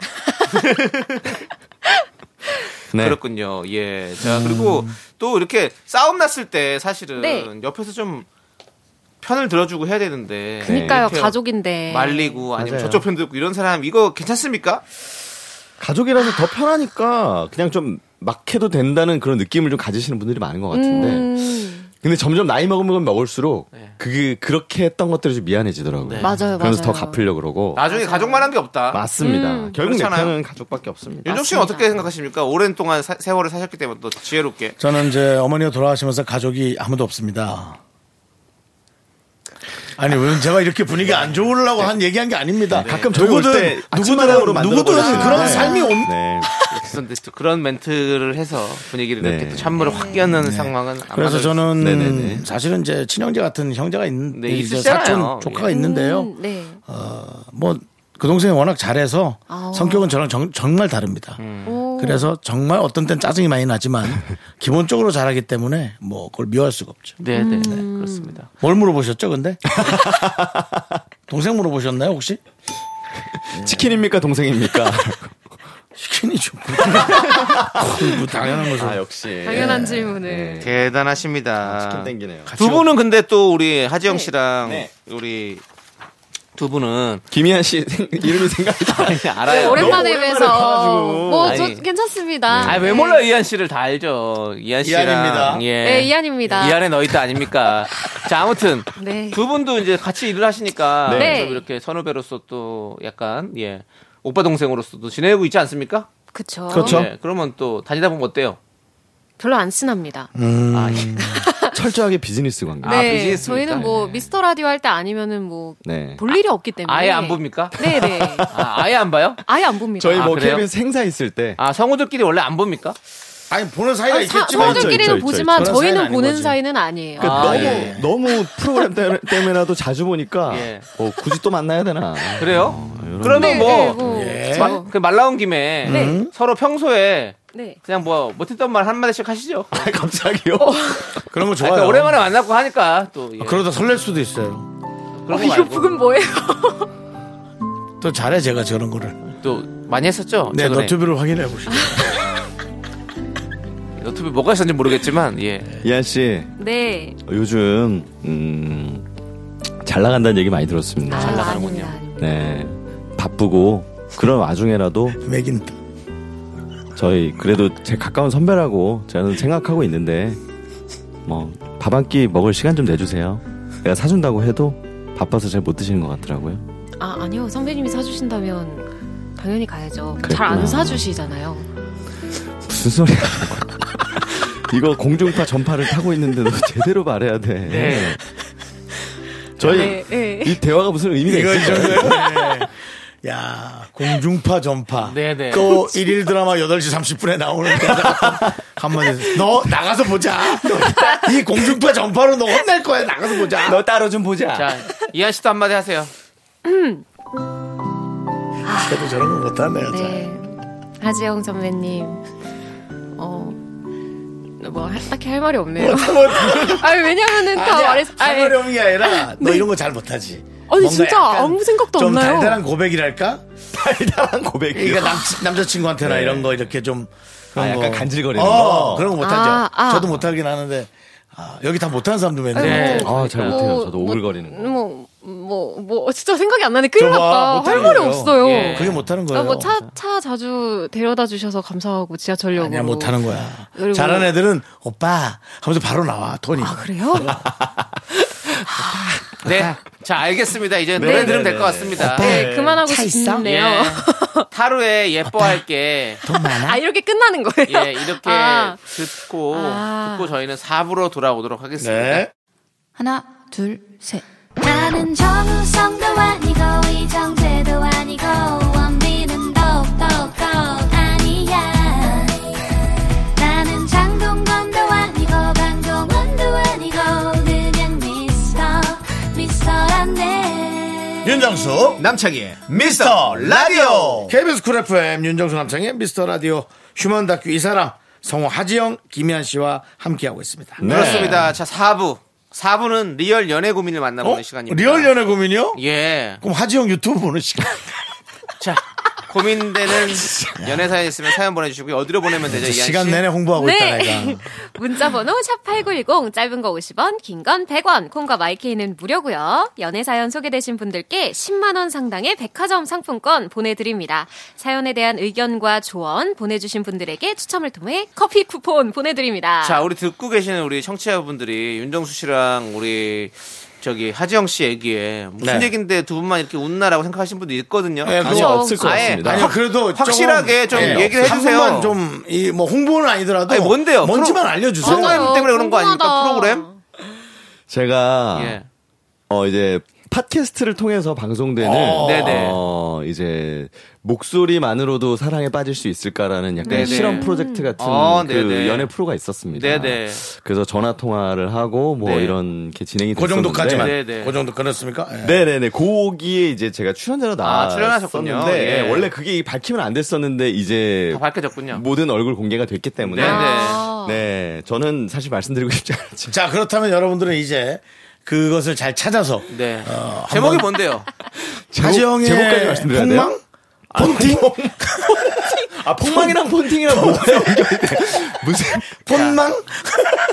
네.
그렇군요. 예. 자, 그리고 또 이렇게 싸움 났을 때 사실은
네.
옆에서 좀 편을 들어주고 해야 되는데.
그니까요,
이렇게
가족인데. 네.
말리고 아니면
맞아요.
저쪽 편도 있고 이런 사람 이거 괜찮습니까?
가족이라서 더 편하니까 그냥 좀 막해도 된다는 그런 느낌을 좀 가지시는 분들이 많은 것 같은데.
음,
근데 점점 나이 먹으면 먹을수록
네.
그게 그렇게 했던 것들이 좀 미안해지더라고요.
네.
맞아요,
그러면서 더
맞아요. 음.
갚으려 그러고.
나중에 가족만 한 게 없다.
맞습니다. 결국 내
그렇잖아요.
편은 가족밖에 없습니다.
윤종 씨는
맞습니다.
어떻게 생각하십니까? 오랜 동안 사- 세월을 사셨기 때문에 또 지혜롭게.
저는 이제 어머니가 돌아가시면서 가족이 아무도 없습니다. 아니, 왜 제가 이렇게 분위기 안 좋으려고 한 얘기한 게 아닙니다.
가끔 저희 올
누구든,
때 아침마당으로
누구든,
만들어
누구든
버리시는데.
그런 삶이 온,
네.
그런데 또 그런 멘트를 해서 분위기를
네.
이렇게 또 찬물을 확 끼얹는 상황은 안
그래서
맞을
저는
네네네.
사실은 이제 친형제 같은 형제가 있는
네,
이제
있으시잖아요.
사촌 조카가
예.
있는데요.
음, 네.
뭐 그 동생이 워낙 잘해서
아.
성격은 저랑 정, 정말 다릅니다.
오.
그래서 정말 어떤 땐 짜증이 많이 나지만 기본적으로 잘하기 때문에 뭐 그걸 미워할 수가 없죠.
네, 네, 네.
음.
그렇습니다.
뭘 물어보셨죠, 근데? 동생 물어보셨나요, 혹시?
치킨입니까 동생입니까?
치킨이죠. 뭐 당연한 거죠.
아 역시. 아,
당연한 질문을.
대단하십니다.
땡기네요.
두 분은 근데 또 우리 하지영 씨랑
네.
우리 두 분은
김희한 씨 생- 이름이 생각이 나요.
알아요.
너무
오랜만에
오랜만에
뵈서
봐가지고.
뭐 저
아니. 음.
괜찮습니다.
아왜
네.
몰라 이한 씨를 다 알죠. 이한 씨랑
이한입니다.
예.
네, 이한입니다.
이한에 너 있다 아닙니까? 자 아무튼
네.
두 분도 이제 같이 일을 하시니까
네.
좀 이렇게 선후배로서 또 약간 예 오빠 동생으로서도 지내고 있지 않습니까?
그쵸.
그렇죠.
예, 그러면 또 다니다 보면 어때요?
별로 안 친합니다.
아, 예.
철저하게 비즈니스 관계.
아,
네.
비즈니스니까.
저희는 뭐
네.
미스터 라디오 할 때 아니면은 뭐 볼
네.
일이 없기 때문에
아예 안 봅니까?
네네.
아, 아예 안 봐요?
아예 안 봅니다.
저희
아,
뭐
그래요?
KBS 행사 있을 때
아 성우들끼리 원래 안 봅니까?
아니, 보는 사이가
아니, 사-
있겠지만.
있죠, 있죠,
성우들끼리는
있죠.
보지만
그런 사이는
저희는
아닌
보는
거지.
사이는 아니에요.
그러니까
아,
너무
예.
너무 프로그램 때- 때문에라도 자주 보니까
예.
어, 굳이 또 만나야 되나?
그래요?
네,
그러면 뭐
네,
말그
뭐, 저-
나온 김에
네.
서로 평소에
네.
그냥 뭐 못했던 말 한마디씩 하시죠. 아,
아, 갑자기요?
그런 거
그러니까
좋아요. 아,
오랜만에 만나고 하니까 또 예.
그러다 설렐 수도 있어요.
어,
그런 거
이거
말고
부금 뭐예요?
또 잘해, 제가 저런 거를.
또 많이 했었죠.
네,
최근에.
너튜브를 확인해 보시죠.
아.
너튜브 뭐가 있었는지 모르겠지만 예.
이한 씨
네.
요즘 음, 잘 나간다는 얘기 많이 들었습니다.
아,
나가는군요.
아닙니다.
네 바쁘고 그런 와중에라도
맥인.
저희 그래도 제 가까운 선배라고 저는 생각하고 있는데 뭐 밥 한 끼 먹을 시간 좀 내주세요. 내가 사준다고 해도 바빠서 잘 못 드시는 것 같더라고요.
아 아니요 선배님이 사주신다면 당연히 가야죠. 잘
그랬구나.
안 사주시잖아요.
무슨 소리야? 이거 공중파 전파를 타고 있는데도 제대로 말해야 돼.
네.
저희
네, 네.
이 대화가 무슨 의미가
이거 이
있어요?
정도예요? 네. 야, 공중파 전파.
네네.
또 일일 드라마 8시 30분에 나오는데 한마디 너 나가서 보자. 너이 공중파 전파로 너 혼날 거야. 나가서 보자.
너 따로 좀 보자.
자, 이한 씨도 한마디 하세요.
그래도 아, 저런 거 못하네요.
네. 하지영 선배님. 어. 뭐 할- 딱히 할 말이 없네요. 아니 왜냐면은 다 말해서 아, 예.
하려는 게 아니라 너 이런 거 잘 못하지.
아니,
뭔가
진짜
약간
아무 생각도
좀
안 나요.
달달한 고백이랄까?
달달한 고백이.
그러니까 남, 남자친구한테나 이런 거 이렇게 좀 그런
네. 아, 약간
거.
간질거리는
어,
거?
그런 거 못하죠.
아, 아.
저도 못하긴 하는데 아, 여기 다 못하는 사람도 맨날
네.
못해.
아, 잘 못해요.
뭐,
저도
뭐,
오글거리는 거.
뭐, 뭐, 뭐, 진짜 생각이 안 나네. 큰일
저거
났다.
못하는
할 말이
거예요.
없어요.
예.
그게 못하는 거예요.
아, 뭐, 차, 차 자주 데려다 주셔서 감사하고 지하철역으로.
아니야 못하는 거야.
그리고-
잘하는 애들은 오빠 하면서 바로 나와 톤이.
아, 그래요?
네. 자, 알겠습니다. 이제 노래 들으면
네,
될 것 같습니다.
네, 그만하고 싶네요.
예. 타로의 예뻐할게.
아, 이렇게 끝나는 거예요?
예, 이렇게
아.
듣고,
아.
듣고 저희는 4부로 돌아오도록 하겠습니다.
네.
하나, 둘, 셋.
나는 정우성도 아니고 이정재도 아니고 원빈은 더욱더 아니야 나는 장동건도 아니고 강동원도 아니고 그냥 미스터 미스터란데
윤정수
남창희의
미스터 라디오 KBS 쿨 FM 윤정수 남창의 미스터 라디오 휴먼 다큐 이 사람 성우 하지영 김희한 씨와 함께하고 있습니다.
네. 그렇습니다. 자, 4부. 4부는 리얼 연애 고민을 만나보는
네. 어?
시간입니다.
리얼 연애 고민이요?
예.
그럼 하지영 유튜브 보는 시간.
자, 고민되는 연애 사연 있으면 사연 보내주시고요. 어디로 보내면 되죠, 이한 씨?
시간 내내 홍보하고 있다
네.
내가.
문자번호 샵8910, 짧은 거 50원, 긴 건 100원, 콩과 마이케이는 무료고요 연애사연 소개되신 분들께 10만원 상당의 백화점 상품권 보내드립니다. 사연에 대한 의견과 조언 보내주신 분들에게 추첨을 통해 커피 쿠폰 보내드립니다.
자, 우리 듣고 계시는 우리 청취자분들이 윤정수 씨랑 우리 저기 하지영 씨 얘기에 무슨
네.
얘기인데 두 분만 이렇게 웃나라고 생각하신 분도 있거든요.
예, 그거
아니,
그렇죠.
없을 것
아예
같습니다.
아니 그래도
확실하게
조금,
좀 얘기를
한
해주세요.
번만 좀, 이, 뭐, 홍보는 아니더라도.
아니, 뭔데요?
뭔지만
프로-
알려주세요.
프로그램
맞아요.
때문에 그런 거 아닙니까?
궁금하다.
프로그램?
아.
제가
예.
어 이제 팟캐스트를 통해서 방송되는
어.
네네.
어 이제 목소리만으로도 사랑에 빠질 수 있을까라는 약간
네네.
실험 프로젝트 같은
어,
그
네네.
연애 프로가 있었습니다.
네네.
그래서 전화 통화를 하고 뭐
네.
이런 게 진행이
그
됐었는데
정도까지만.
네, 네.
그 정도 끊었습니까? 예.
네네네. 고기에 이제 제가 출연자로
아,
나왔었는데
출연하셨군요. 예.
원래 그게 밝히면 안 됐었는데 이제
다
뭐,
밝혀졌군요.
모든 얼굴 공개가 됐기 때문에
네네.
아.
네, 저는 사실 말씀드리고 싶지 않았지만
자, 그렇다면 여러분들은 이제 그것을 잘 찾아서.
네.
어,
제목이
한번-
뭔데요?
하지영의
제목까지 말씀드려야 돼요?
폭망? 폰팅?
아 폭망이랑 폰팅이랑 뭐예요? 무슨
폰망?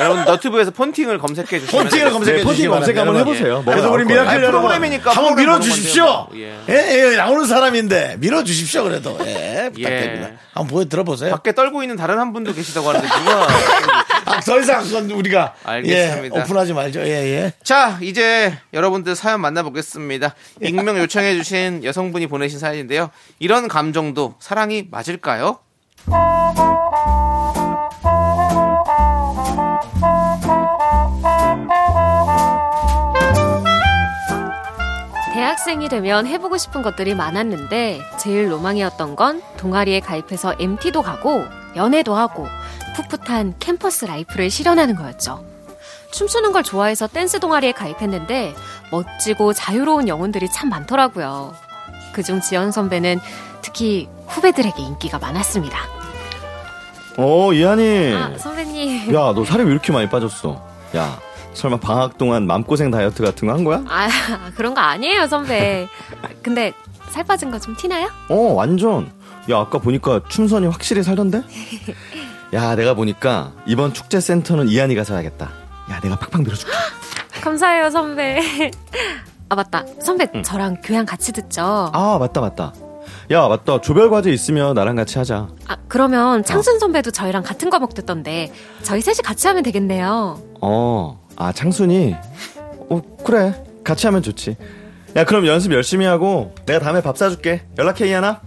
여러분 너튜브에서 폰팅을 검색해 주시면
폰팅을 검색해
네, 폰팅
주시기
검색
바랍니다,
한번
여러분.
해보세요.
예.
뭐가
그래서
나올
우리 미라클
거예요.
여러분
프로그램이니까
한번
프로그램 보는
밀어주십시오.
건데요.
예. 예, 나오는 사람인데 밀어주십시오. 그래도 예, 부탁드립니다.
예.
한번 보여 들어보세요.
밖에 떨고 있는 다른 한 분도 계시다고 하는데 누가
아, 더 이상 그건 우리가
알겠습니다.
예, 오픈하지 말죠. 예, 예.
자, 이제 여러분들 사연 만나보겠습니다. 익명 요청해주신 여성분이 보내신 사연인데요. 이런 감정도 사랑이 맞을까요?
대학생이 되면 해보고 싶은 것들이 많았는데 제일 로망이었던 건 동아리에 가입해서 MT도 가고 연애도 하고 풋풋한 캠퍼스 라이프를 실현하는 거였죠. 춤추는 걸 좋아해서 댄스 동아리에 가입했는데 멋지고 자유로운 영혼들이 참 많더라고요. 그중 지연 선배는 특히 후배들에게 인기가 많았습니다.
어 이한이
아, 선배님.
야 너 살이 왜 이렇게 많이 빠졌어? 야 설마 방학 동안 맘고생 다이어트 같은 거 한 거야?
아, 그런 거 아니에요, 선배. 근데 살 빠진 거 좀 티나요?
어 완전 야 아까 보니까 춤선이 확실히 살던데? 야 내가 보니까 이번 축제 센터는 이한이가 사야겠다 야 내가 팍팍 밀어줄게
감사해요 선배. 아 맞다 선배 저랑 교양 같이 듣죠. 아,
아 맞다 맞다 야 맞다 조별 과제 있으면 나랑 같이 하자
아, 그러면 창순 선배도 저희랑 같은 과목 듣던데 저희 셋이 같이 하면 되겠네요.
어, 아, 창순이? 어, 그래. 같이 하면 좋지. 야 그럼 연습 열심히 하고 내가 다음에 밥 사줄게 연락해 이하나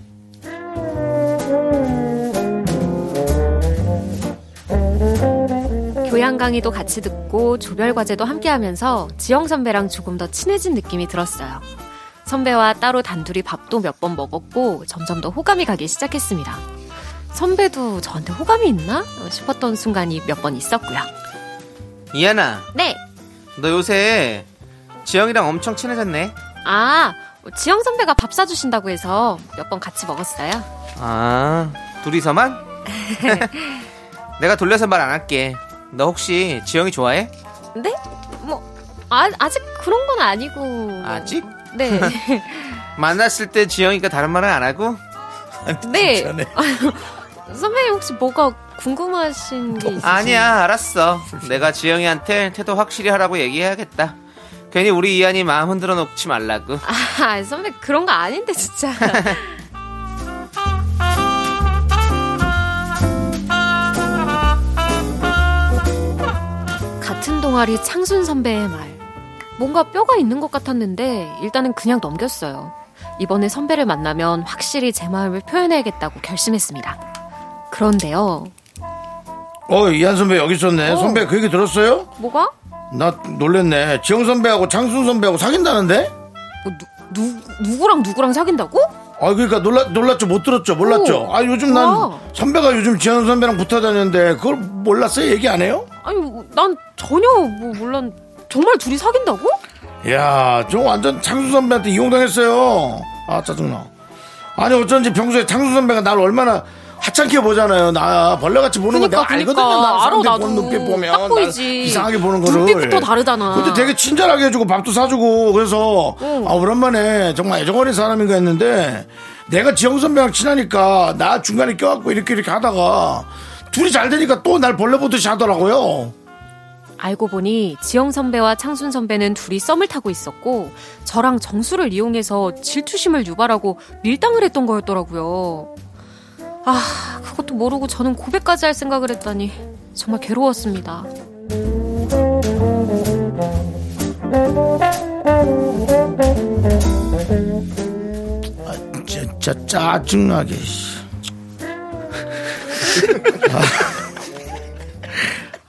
교양 강의도 같이 듣고 조별 과제도 함께 하면서 지영 선배랑 조금 더 친해진 느낌이 들었어요. 선배와 따로 단둘이 밥도 몇 번 먹었고 점점 더 호감이 가기 시작했습니다. 선배도 저한테 호감이 있나 싶었던 순간이 몇 번 있었고요.
이하나,
네.
너 요새 지영이랑 엄청 친해졌네.
아, 지영 선배가 밥 사주신다고 해서 몇 번 같이 먹었어요.
아, 둘이서만? 내가 돌려서 말 안 할게. 너 혹시 지영이 좋아해?
네? 뭐 아, 아직 그런 건 아니고.
아직?
네.
만났을 때 지영이가 다른 말은 안 하고?
네. 선배님 혹시 뭐가 궁금하신 게 있으세요?
아니야, 알았어. 내가 지영이한테 태도 확실히 하라고 얘기해야겠다. 괜히 우리 이한이 마음 흔들어 놓지 말라고.
아, 선배 그런 거 아닌데 진짜. 같은 동아리 창순 선배의 말. 뭔가 뼈가 있는 것 같았는데 일단은 그냥 넘겼어요. 이번에 선배를 만나면 확실히 제 마음을 표현해야겠다고 결심했습니다. 그런데요.
어, 이한 선배 여기 있었네.
어.
선배 그 얘기 들었어요?
뭐가?
나 놀랬네. 지영 선배하고 장순 선배하고 사귄다는데?
뭐, 누, 누, 누구랑 누구랑 사귄다고?
아, 그러니까 놀라, 놀랐죠. 못 들었죠. 몰랐죠.
오.
아, 요즘 난
와.
선배가 요즘 지영 선배랑 붙어 다녔는데 그걸 몰랐어요? 얘기 안 해요?
아니 뭐, 난 전혀 뭐 물론 정말 둘이 사귄다고?
이야, 저 완전 창수 선배한테 이용당했어요. 아, 짜증나. 아니, 어쩐지 평소에 창수 선배가 날 얼마나 하찮게 보잖아요. 나 벌레같이 보는 거 내가 알거든요. 나
그러니까 알아
사람들
나도
보는 눈빛 보면
딱 보이지
날 이상하게 보는 거를.
눈빛부터 다르잖아
근데 되게 친절하게 해주고 밥도 사주고 그래서
응.
아 오랜만에 정말 애정 어린 사람인가 했는데 내가 지영 선배랑 친하니까 나 중간에 껴갖고 이렇게 이렇게 하다가 둘이 잘 되니까 또 날 벌레 보듯이 하더라고요.
알고 보니 지영 선배와 창순 선배는 둘이 썸을 타고 있었고 저랑 정수를 이용해서 질투심을 유발하고 밀당을 했던 거였더라고요 아 그것도 모르고 저는 고백까지 할 생각을 했다니 정말 괴로웠습니다
진짜 짜증나게. 씨. 아,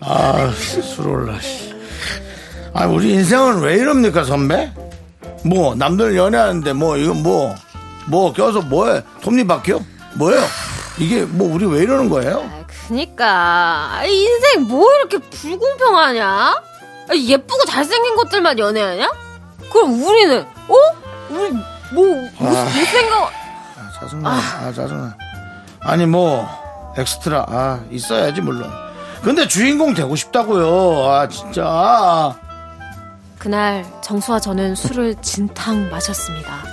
아, 술 올라. 씨. 아, 우리 인생은 왜 이럽니까, 선배? 뭐, 남들 연애하는데, 뭐, 이건 뭐, 뭐, 껴서 뭐해? 톱니 박혀? 뭐예요? 이게, 뭐, 우리 왜 이러는 거예요?
아, 그니까 아, 인생 뭐 이렇게 불공평하냐? 아, 예쁘고 잘생긴 것들만 연애하냐? 그럼 우리는 어? 우리 뭐 무슨 생각?
아, 짜증나. 아, 짜증나. 아니, 뭐, 엑스트라. 아, 있어야지, 물론. 근데 주인공 되고 싶다고요. 아, 진짜. 아.
그날 정수와 저는 술을 진탕 마셨습니다.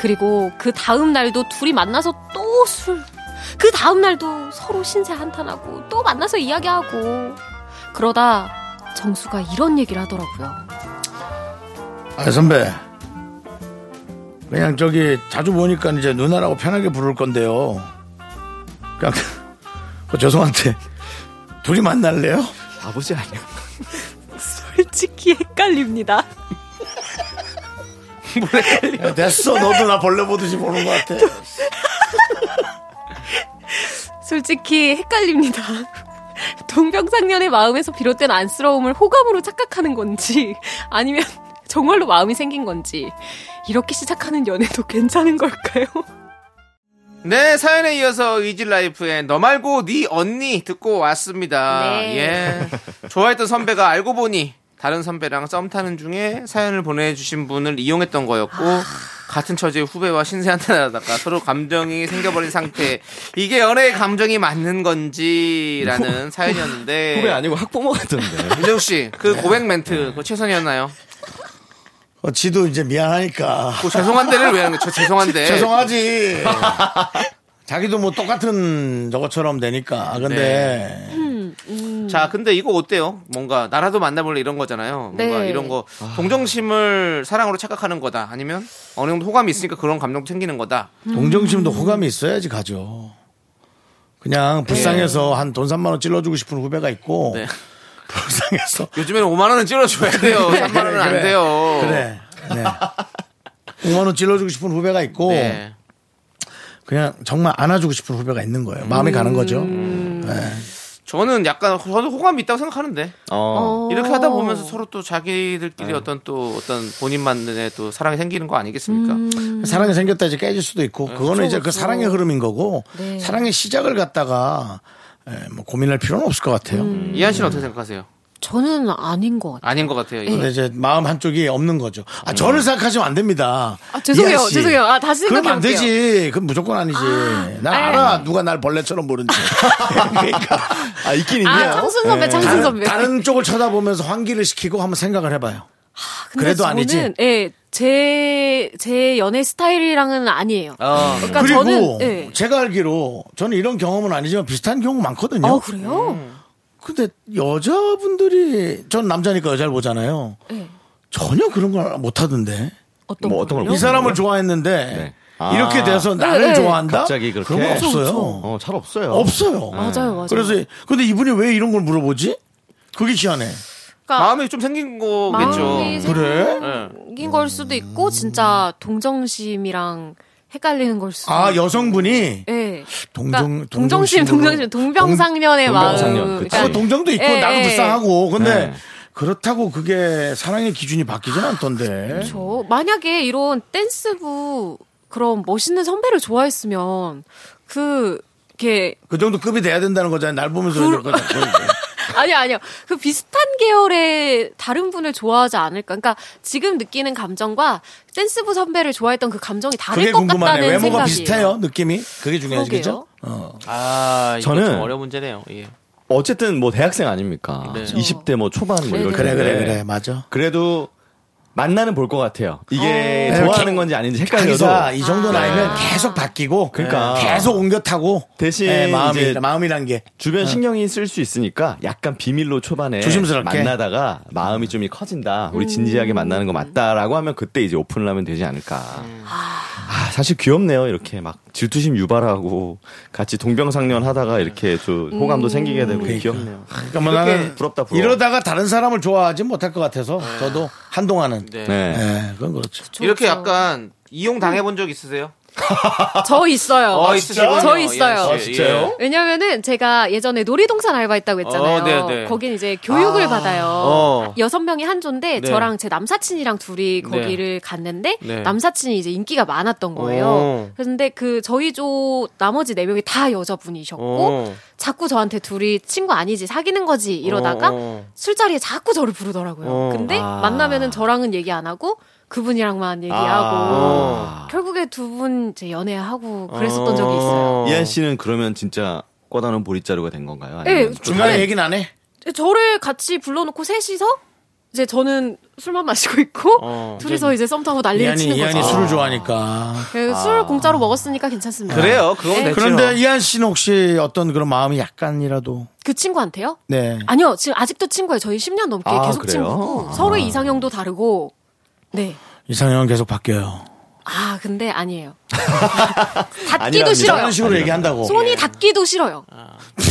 그리고 그 다음 날도 둘이 만나서 또 술. 그 다음 날도 서로 신세 한탄하고 또 만나서 이야기하고 그러다 정수가 이런 얘기를 하더라고요.
아 선배 그냥 저기 자주 보니까 이제 누나라고 편하게 부를 건데요 그냥 어, 죄송한데 둘이 만날래요?
아버지 아니야
솔직히 헷갈립니다.
야, 됐어 너도 나 벌레 보듯이 보는 것 같아
솔직히 헷갈립니다. 동병상련의 마음에서 비롯된 안쓰러움을 호감으로 착각하는 건지 아니면 정말로 마음이 생긴 건지 이렇게 시작하는 연애도 괜찮은 걸까요?
네, 사연에 이어서 이질라이프의 너 말고 네 언니 듣고 왔습니다.
네.
예. 좋아했던 선배가 알고 보니 다른 선배랑 썸 타는 중에 사연을 보내주신 분을 이용했던 거였고 같은 처지의 후배와 신세한탄하다가 서로 감정이 생겨버린 상태. 이게 연애의 감정이 맞는 건지라는 사연이었는데.
후배 아니고 학부모 같던데
민정 씨, 그 고백 멘트 그거 최선이었나요?
어, 지도 이제 미안하니까
그 죄송한데를 왜 하는 거죠? 죄송한데.
죄송하지 자기도 뭐 똑같은 저것처럼 되니까 아, 근데
음.
자, 근데 이거 어때요? 뭔가 나라도 만나볼래 이런 거잖아요. 뭔가
네.
이런 거 동정심을 사랑으로 착각하는 거다. 아니면 어느 정도 호감이 있으니까 그런 감정도 생기는 거다.
동정심도 호감이 있어야지 가죠 그냥 불쌍해서 한 돈 3만 원 찔러주고 싶은 후배가 있고
네.
불쌍해서
어. 요즘에는 5만 원은 찔러줘야 돼요. 3만 원은 안 돼요.
그래. 네. 5만원 찔러주고 싶은 후배가 있고
네.
그냥 정말 안아주고 싶은 후배가 있는 거예요. 마음이 가는 거죠.
저는 약간 저는 호감이 있다고 생각하는데
어.
이렇게 하다 보면서 서로 또 자기들끼리 어떤 또 어떤 본인만의 또 사랑이 생기는 거 아니겠습니까?
음.
사랑이 생겼다 이제 깨질 수도 있고 그거는 이제 그 사랑의 흐름인 거고
네.
사랑의 시작을 갖다가 에, 뭐 고민할 필요는 없을 것 같아요.
음.
음, 이한 씨는 어떻게 생각하세요?
저는 아닌 것 같아요.
아닌 것 같아요. 이거.
네.
근데 이제 마음 한쪽이 없는 거죠. 아 저를 생각하시면 안 됩니다.
아, 죄송해요.
이하 씨.
죄송해요. 아, 다시
그러면 안
생각해볼게요.
되지. 그건 무조건 아니지. 난
아니,
알아. 누가 날 벌레처럼 보는지. 그러니까
아 있긴 있네요.
아, 창순 선배, 창순
예. 다른,
선배. 아,
다른 쪽을 쳐다보면서 환기를 시키고 한번 생각을 해봐요.
근데
그래도
저는,
아니지?
예, 제, 제 연애 스타일이랑은 아니에요.
어.
그러니까
그리고
저는, 예.
제가 알기로 저는 이런 경험은 아니지만 비슷한 경우 많거든요. 음.
아, 그래요?
근데 여자분들이 전 남자니까 여자를 보잖아요.
예.
전혀 그런 걸 못하던데.
어떤,
뭐 어떤 걸
걸요?
이 사람을 좋아했는데
아.
이렇게 돼서 나를
네, 네.
좋아한다?
갑자기 그렇게? 네.
그런 거
그쵸,
없어요.
어, 잘 없어요.
없어요.
맞아요, 맞아요.
그래서 근데 이분이 왜 이런 걸 물어보지? 그게 희한해.
그러니까
마음이 좀 생긴 거겠죠.
마음이
그래?
생긴 걸 수도 있고, 진짜 동정심이랑 헷갈리는 걸 수도
아 여성분이
예.
동정
그러니까 동정심, 동정심, 동병상련의
동-
마음.
동병상련, 그치.
아,
그러니까
동정도 있고
예,
나도
예.
불쌍하고 근데
네.
그렇다고 그게 사랑의 기준이 바뀌진 않던데.
저 만약에 이런 댄스부 그런 멋있는 선배를 좋아했으면 그 이렇게
그 정도 급이 돼야 된다는 거잖아요. 그러니까. 날 보면서
그-
이럴 거잖아.
아니 아니요 그 비슷한 계열의 다른 분을 좋아하지 않을까 그러니까 지금 느끼는 감정과 댄스부 선배를 좋아했던 그 감정이
그게
다를 것
궁금하네.
같다는
외모가
생각이
비슷해요. 느낌이. 그게 중요하시겠죠?
그러게요.
어.
아, 이거
저는-
좀 어려운 문제네요. 예.
어쨌든 뭐 대학생 아닙니까?
그렇죠.
20대 뭐 초반 뭐
네.
이럴
그래
텐데.
그래 그래 맞아.
그래도 만나는 볼 것 같아요. 이게
어.
좋아하는 건지 아닌지 헷갈려도 아.
자기가 그 이 정도 나이면 계속 바뀌고 네.
그러니까.
계속 옮겨 타고
대신
예, 마음이
이제
마음이란 게
주변 신경이 쓸 수 있으니까 약간 비밀로 초반에
조심스럽게.
만나다가 마음이 좀 커진다. 우리 진지하게 만나는 거 맞다라고 하면 그때 이제 오픈을 하면 되지 않을까. 아, 사실 귀엽네요. 이렇게 막 질투심 유발하고 같이 동병상련 하다가 이렇게 또 호감도 생기게 되고 귀엽네요.
그러니까 뭐 나는
부럽다, 부러워.
이러다가 다른 사람을 좋아하지 못할 것 같아서 저도 한동안은
네.
네.
예, 그건 그렇죠.
이렇게 약간 이용 당해 본 적 있으세요?
저 음. 있어요. 아,
어, 있으시군요.
저
예,
있어요.
아,
예, 예.
왜냐면은 제가 예전에 놀이동산 알바했다고 했잖아요.
어, 네, 네.
거긴 이제 교육을 받아요.
어.
여섯 명이 한 조인데
네.
저랑 제 남사친이랑 둘이 거기를 갔는데
네.
남사친이 이제 인기가 많았던 거예요.
어.
그런데 그 저희 조 나머지 네 명이 다 여자분이셨고
어.
자꾸 저한테 둘이 친구 아니지 사귀는 거지 이러다가
어.
술자리에 자꾸 저를 부르더라고요.
어.
근데 만나면은 저랑은 얘기 안 하고 그분이랑만 얘기하고
아.
결국에 두 분 이제 연애하고 그랬었던 적이 있어요.
어.
아. 이한 씨는 그러면 진짜 꽂아놓은 보릿자루가 된 건가요?
예,
아니면
중간에
저는
얘기는 안 해.
저를 같이 불러놓고 셋이서 이제 저는 술만 마시고 있고
어.
둘이서 이제 썸 타고 난리를
이한이
치는 거죠.
이한이 술을 좋아하니까.
예, 술 공짜로 먹었으니까 괜찮습니다.
그래요. 그건
네.
됐죠.
그렇죠.
그런데 이한 씨는 혹시 어떤 그런 마음이 약간이라도
그 친구한테요?
네.
아니요, 지금 아직도 친구예요. 저희 10년 넘게
아,
계속
그래요?
친구고 서로의 이상형도 다르고 네.
이상형은 계속 바뀌어요.
아 근데 아니에요.
아니랍니다.
닫기도 싫어요.
이런 식으로 얘기한다고.
손이 닿기도 싫어요.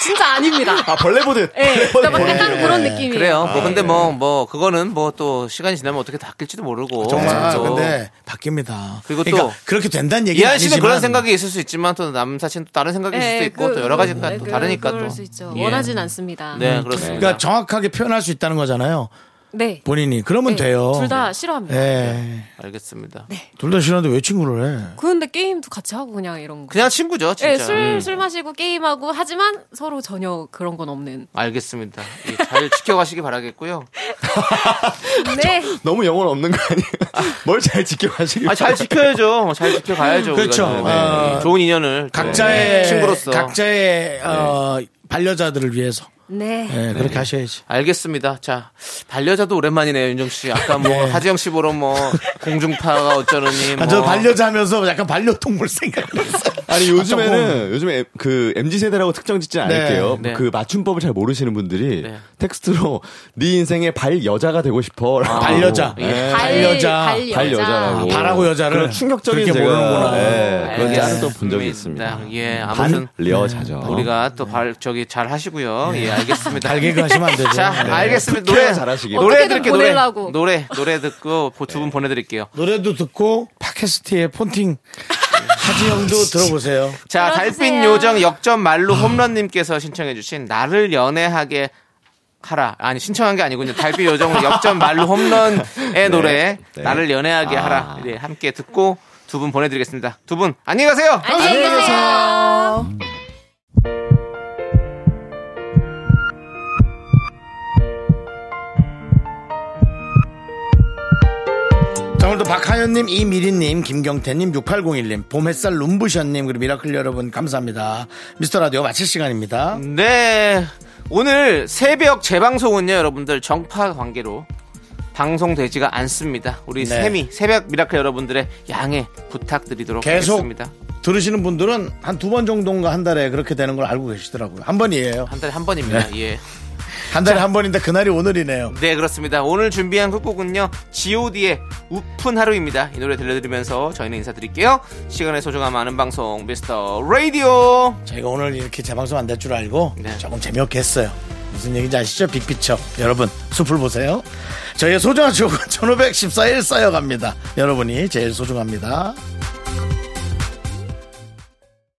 진짜 아닙니다.
아 벌레 보듯.
예. 그러니까 막 약간 그런 느낌이에요.
그래요.
아, 네.
뭐
예.
근데 뭐 뭐 그거는 뭐 또 시간이 지나면 어떻게 바뀔지도 모르고
아, 정말
또
근데 바뀝니다.
네. 그렇죠. 그리고 또
그러니까 그렇게 된다는 얘기는
이한 씨는
아니지만
그런 생각이 있을 수 있지만 또 남사친 또 다른 생각이 있을
예,
수도 있고
그-
또 여러 가지가
그-
또
그-
다르니까
그럴
또.
수 있죠. 음,
예.
원하진 않습니다.
네, 그렇습니다.
그러니까 정확하게 표현할 수 있다는 거잖아요.
네.
본인이 그러면 돼요.
둘 다 싫어합니다.
예.
알겠습니다.
네.
둘 다 싫어하는데 왜 친구를 해?
그런데 게임도 같이 하고 그냥 이런 거.
그냥 친구죠, 진짜. 음.
예, 술, 술 마시고 게임하고 하지만 서로 전혀 그런 건 없는.
알겠습니다. 예, 잘 지켜가시기 바라겠고요.
네.
너무 영혼 없는 거 아니에요? 뭘 잘 지켜가시길.
아, 잘 지켜야죠. 잘 지켜가야죠. 우리가
그렇죠.
좀. 네.
아,
어,
좋은 인연을 또
각자의
네. 친구로서 네.
각자의 어, 반려자들을 위해서
네.
예, 그렇게 하셔야지.
알겠습니다. 자, 반려자도 오랜만이네요, 윤정 씨. 아까 뭐 하지영 씨 보러 뭐 공중파가 어쩌느니 뭐
아, 저 반려자 하면서 약간 반려동물 생각을 했어요.
아니
아,
요즘에는 요즘에 엠- 그 mz 세대라고 특정 짓진
네.
않을게요.
네.
그 맞춤법을 잘 모르시는 분들이
네.
텍스트로 네 인생의 발 여자가 되고 싶어.
아,
라고. 네.
반려자.
예.
반려자. 아,
발 여자라고.
바라고 여자를
그런 충격적인
그렇게
제가,
모르는구나.
예, 그런
네.
알겠습니다.
짤을 또본 적이 있습니다.
예, 네. 아무튼
반려자죠.
우리가 또 발, 저기 잘 하시고요. 예, 알겠습니다.
어. 네. 달개그 하시면 안 되죠.
자,
네.
알겠습니다.
노래
노래
잘하시길.
노래
어떻게든
들을게 노래.
보내려고.
노래 노래 듣고 두
네.
분 보내드릴게요.
노래도 듣고 팟캐스트에 폰팅 하지영도 들어보세요.
자,
들어주세요.
달빛 요정 역전 말로 홈런님께서 신청해주신 나를 연애하게 하라. 아니 신청한 게 아니군요. 달빛 요정 역전 말로 홈런의 노래
네.
나를 연애하게
아.
하라. 네, 함께 듣고 두 분 보내드리겠습니다. 두 분 안녕히 가세요.
안녕히 계세요.
자, 오늘도 박하연님, 이미리님, 김경태님, 6801님, 봄햇살 룸부션님, 그리고 미라클 여러분, 감사합니다. 미스터 라디오 마칠 시간입니다.
네. 오늘 새벽 재방송은요, 여러분들 정파 관계로 방송되지가 않습니다. 우리
네.
세미 새벽 미라클 여러분들의 양해 부탁드리도록
계속
하겠습니다.
들으시는 분들은 한 두 번 정도인가 한 달에 그렇게 되는 걸 알고 계시더라고요. 한 번이에요.
한 달에 한 번입니다. 예.
한 달에 한 번인데 그날이 오늘이네요.
네, 그렇습니다. 오늘 준비한 끝곡은요, GOD의 우픈 하루입니다. 이 노래 들려드리면서 저희는 인사드릴게요. 시간의 소중함 많은 방송, 미스터 라디오.
저희가 오늘 이렇게 재방송 안 될 줄 알고
네.
조금 재미없게 했어요. 무슨 얘기인지 아시죠? 빅피처. 여러분, 숲을 보세요. 저희의 소중한 추억은 1514일 쌓여갑니다. 여러분이 제일 소중합니다.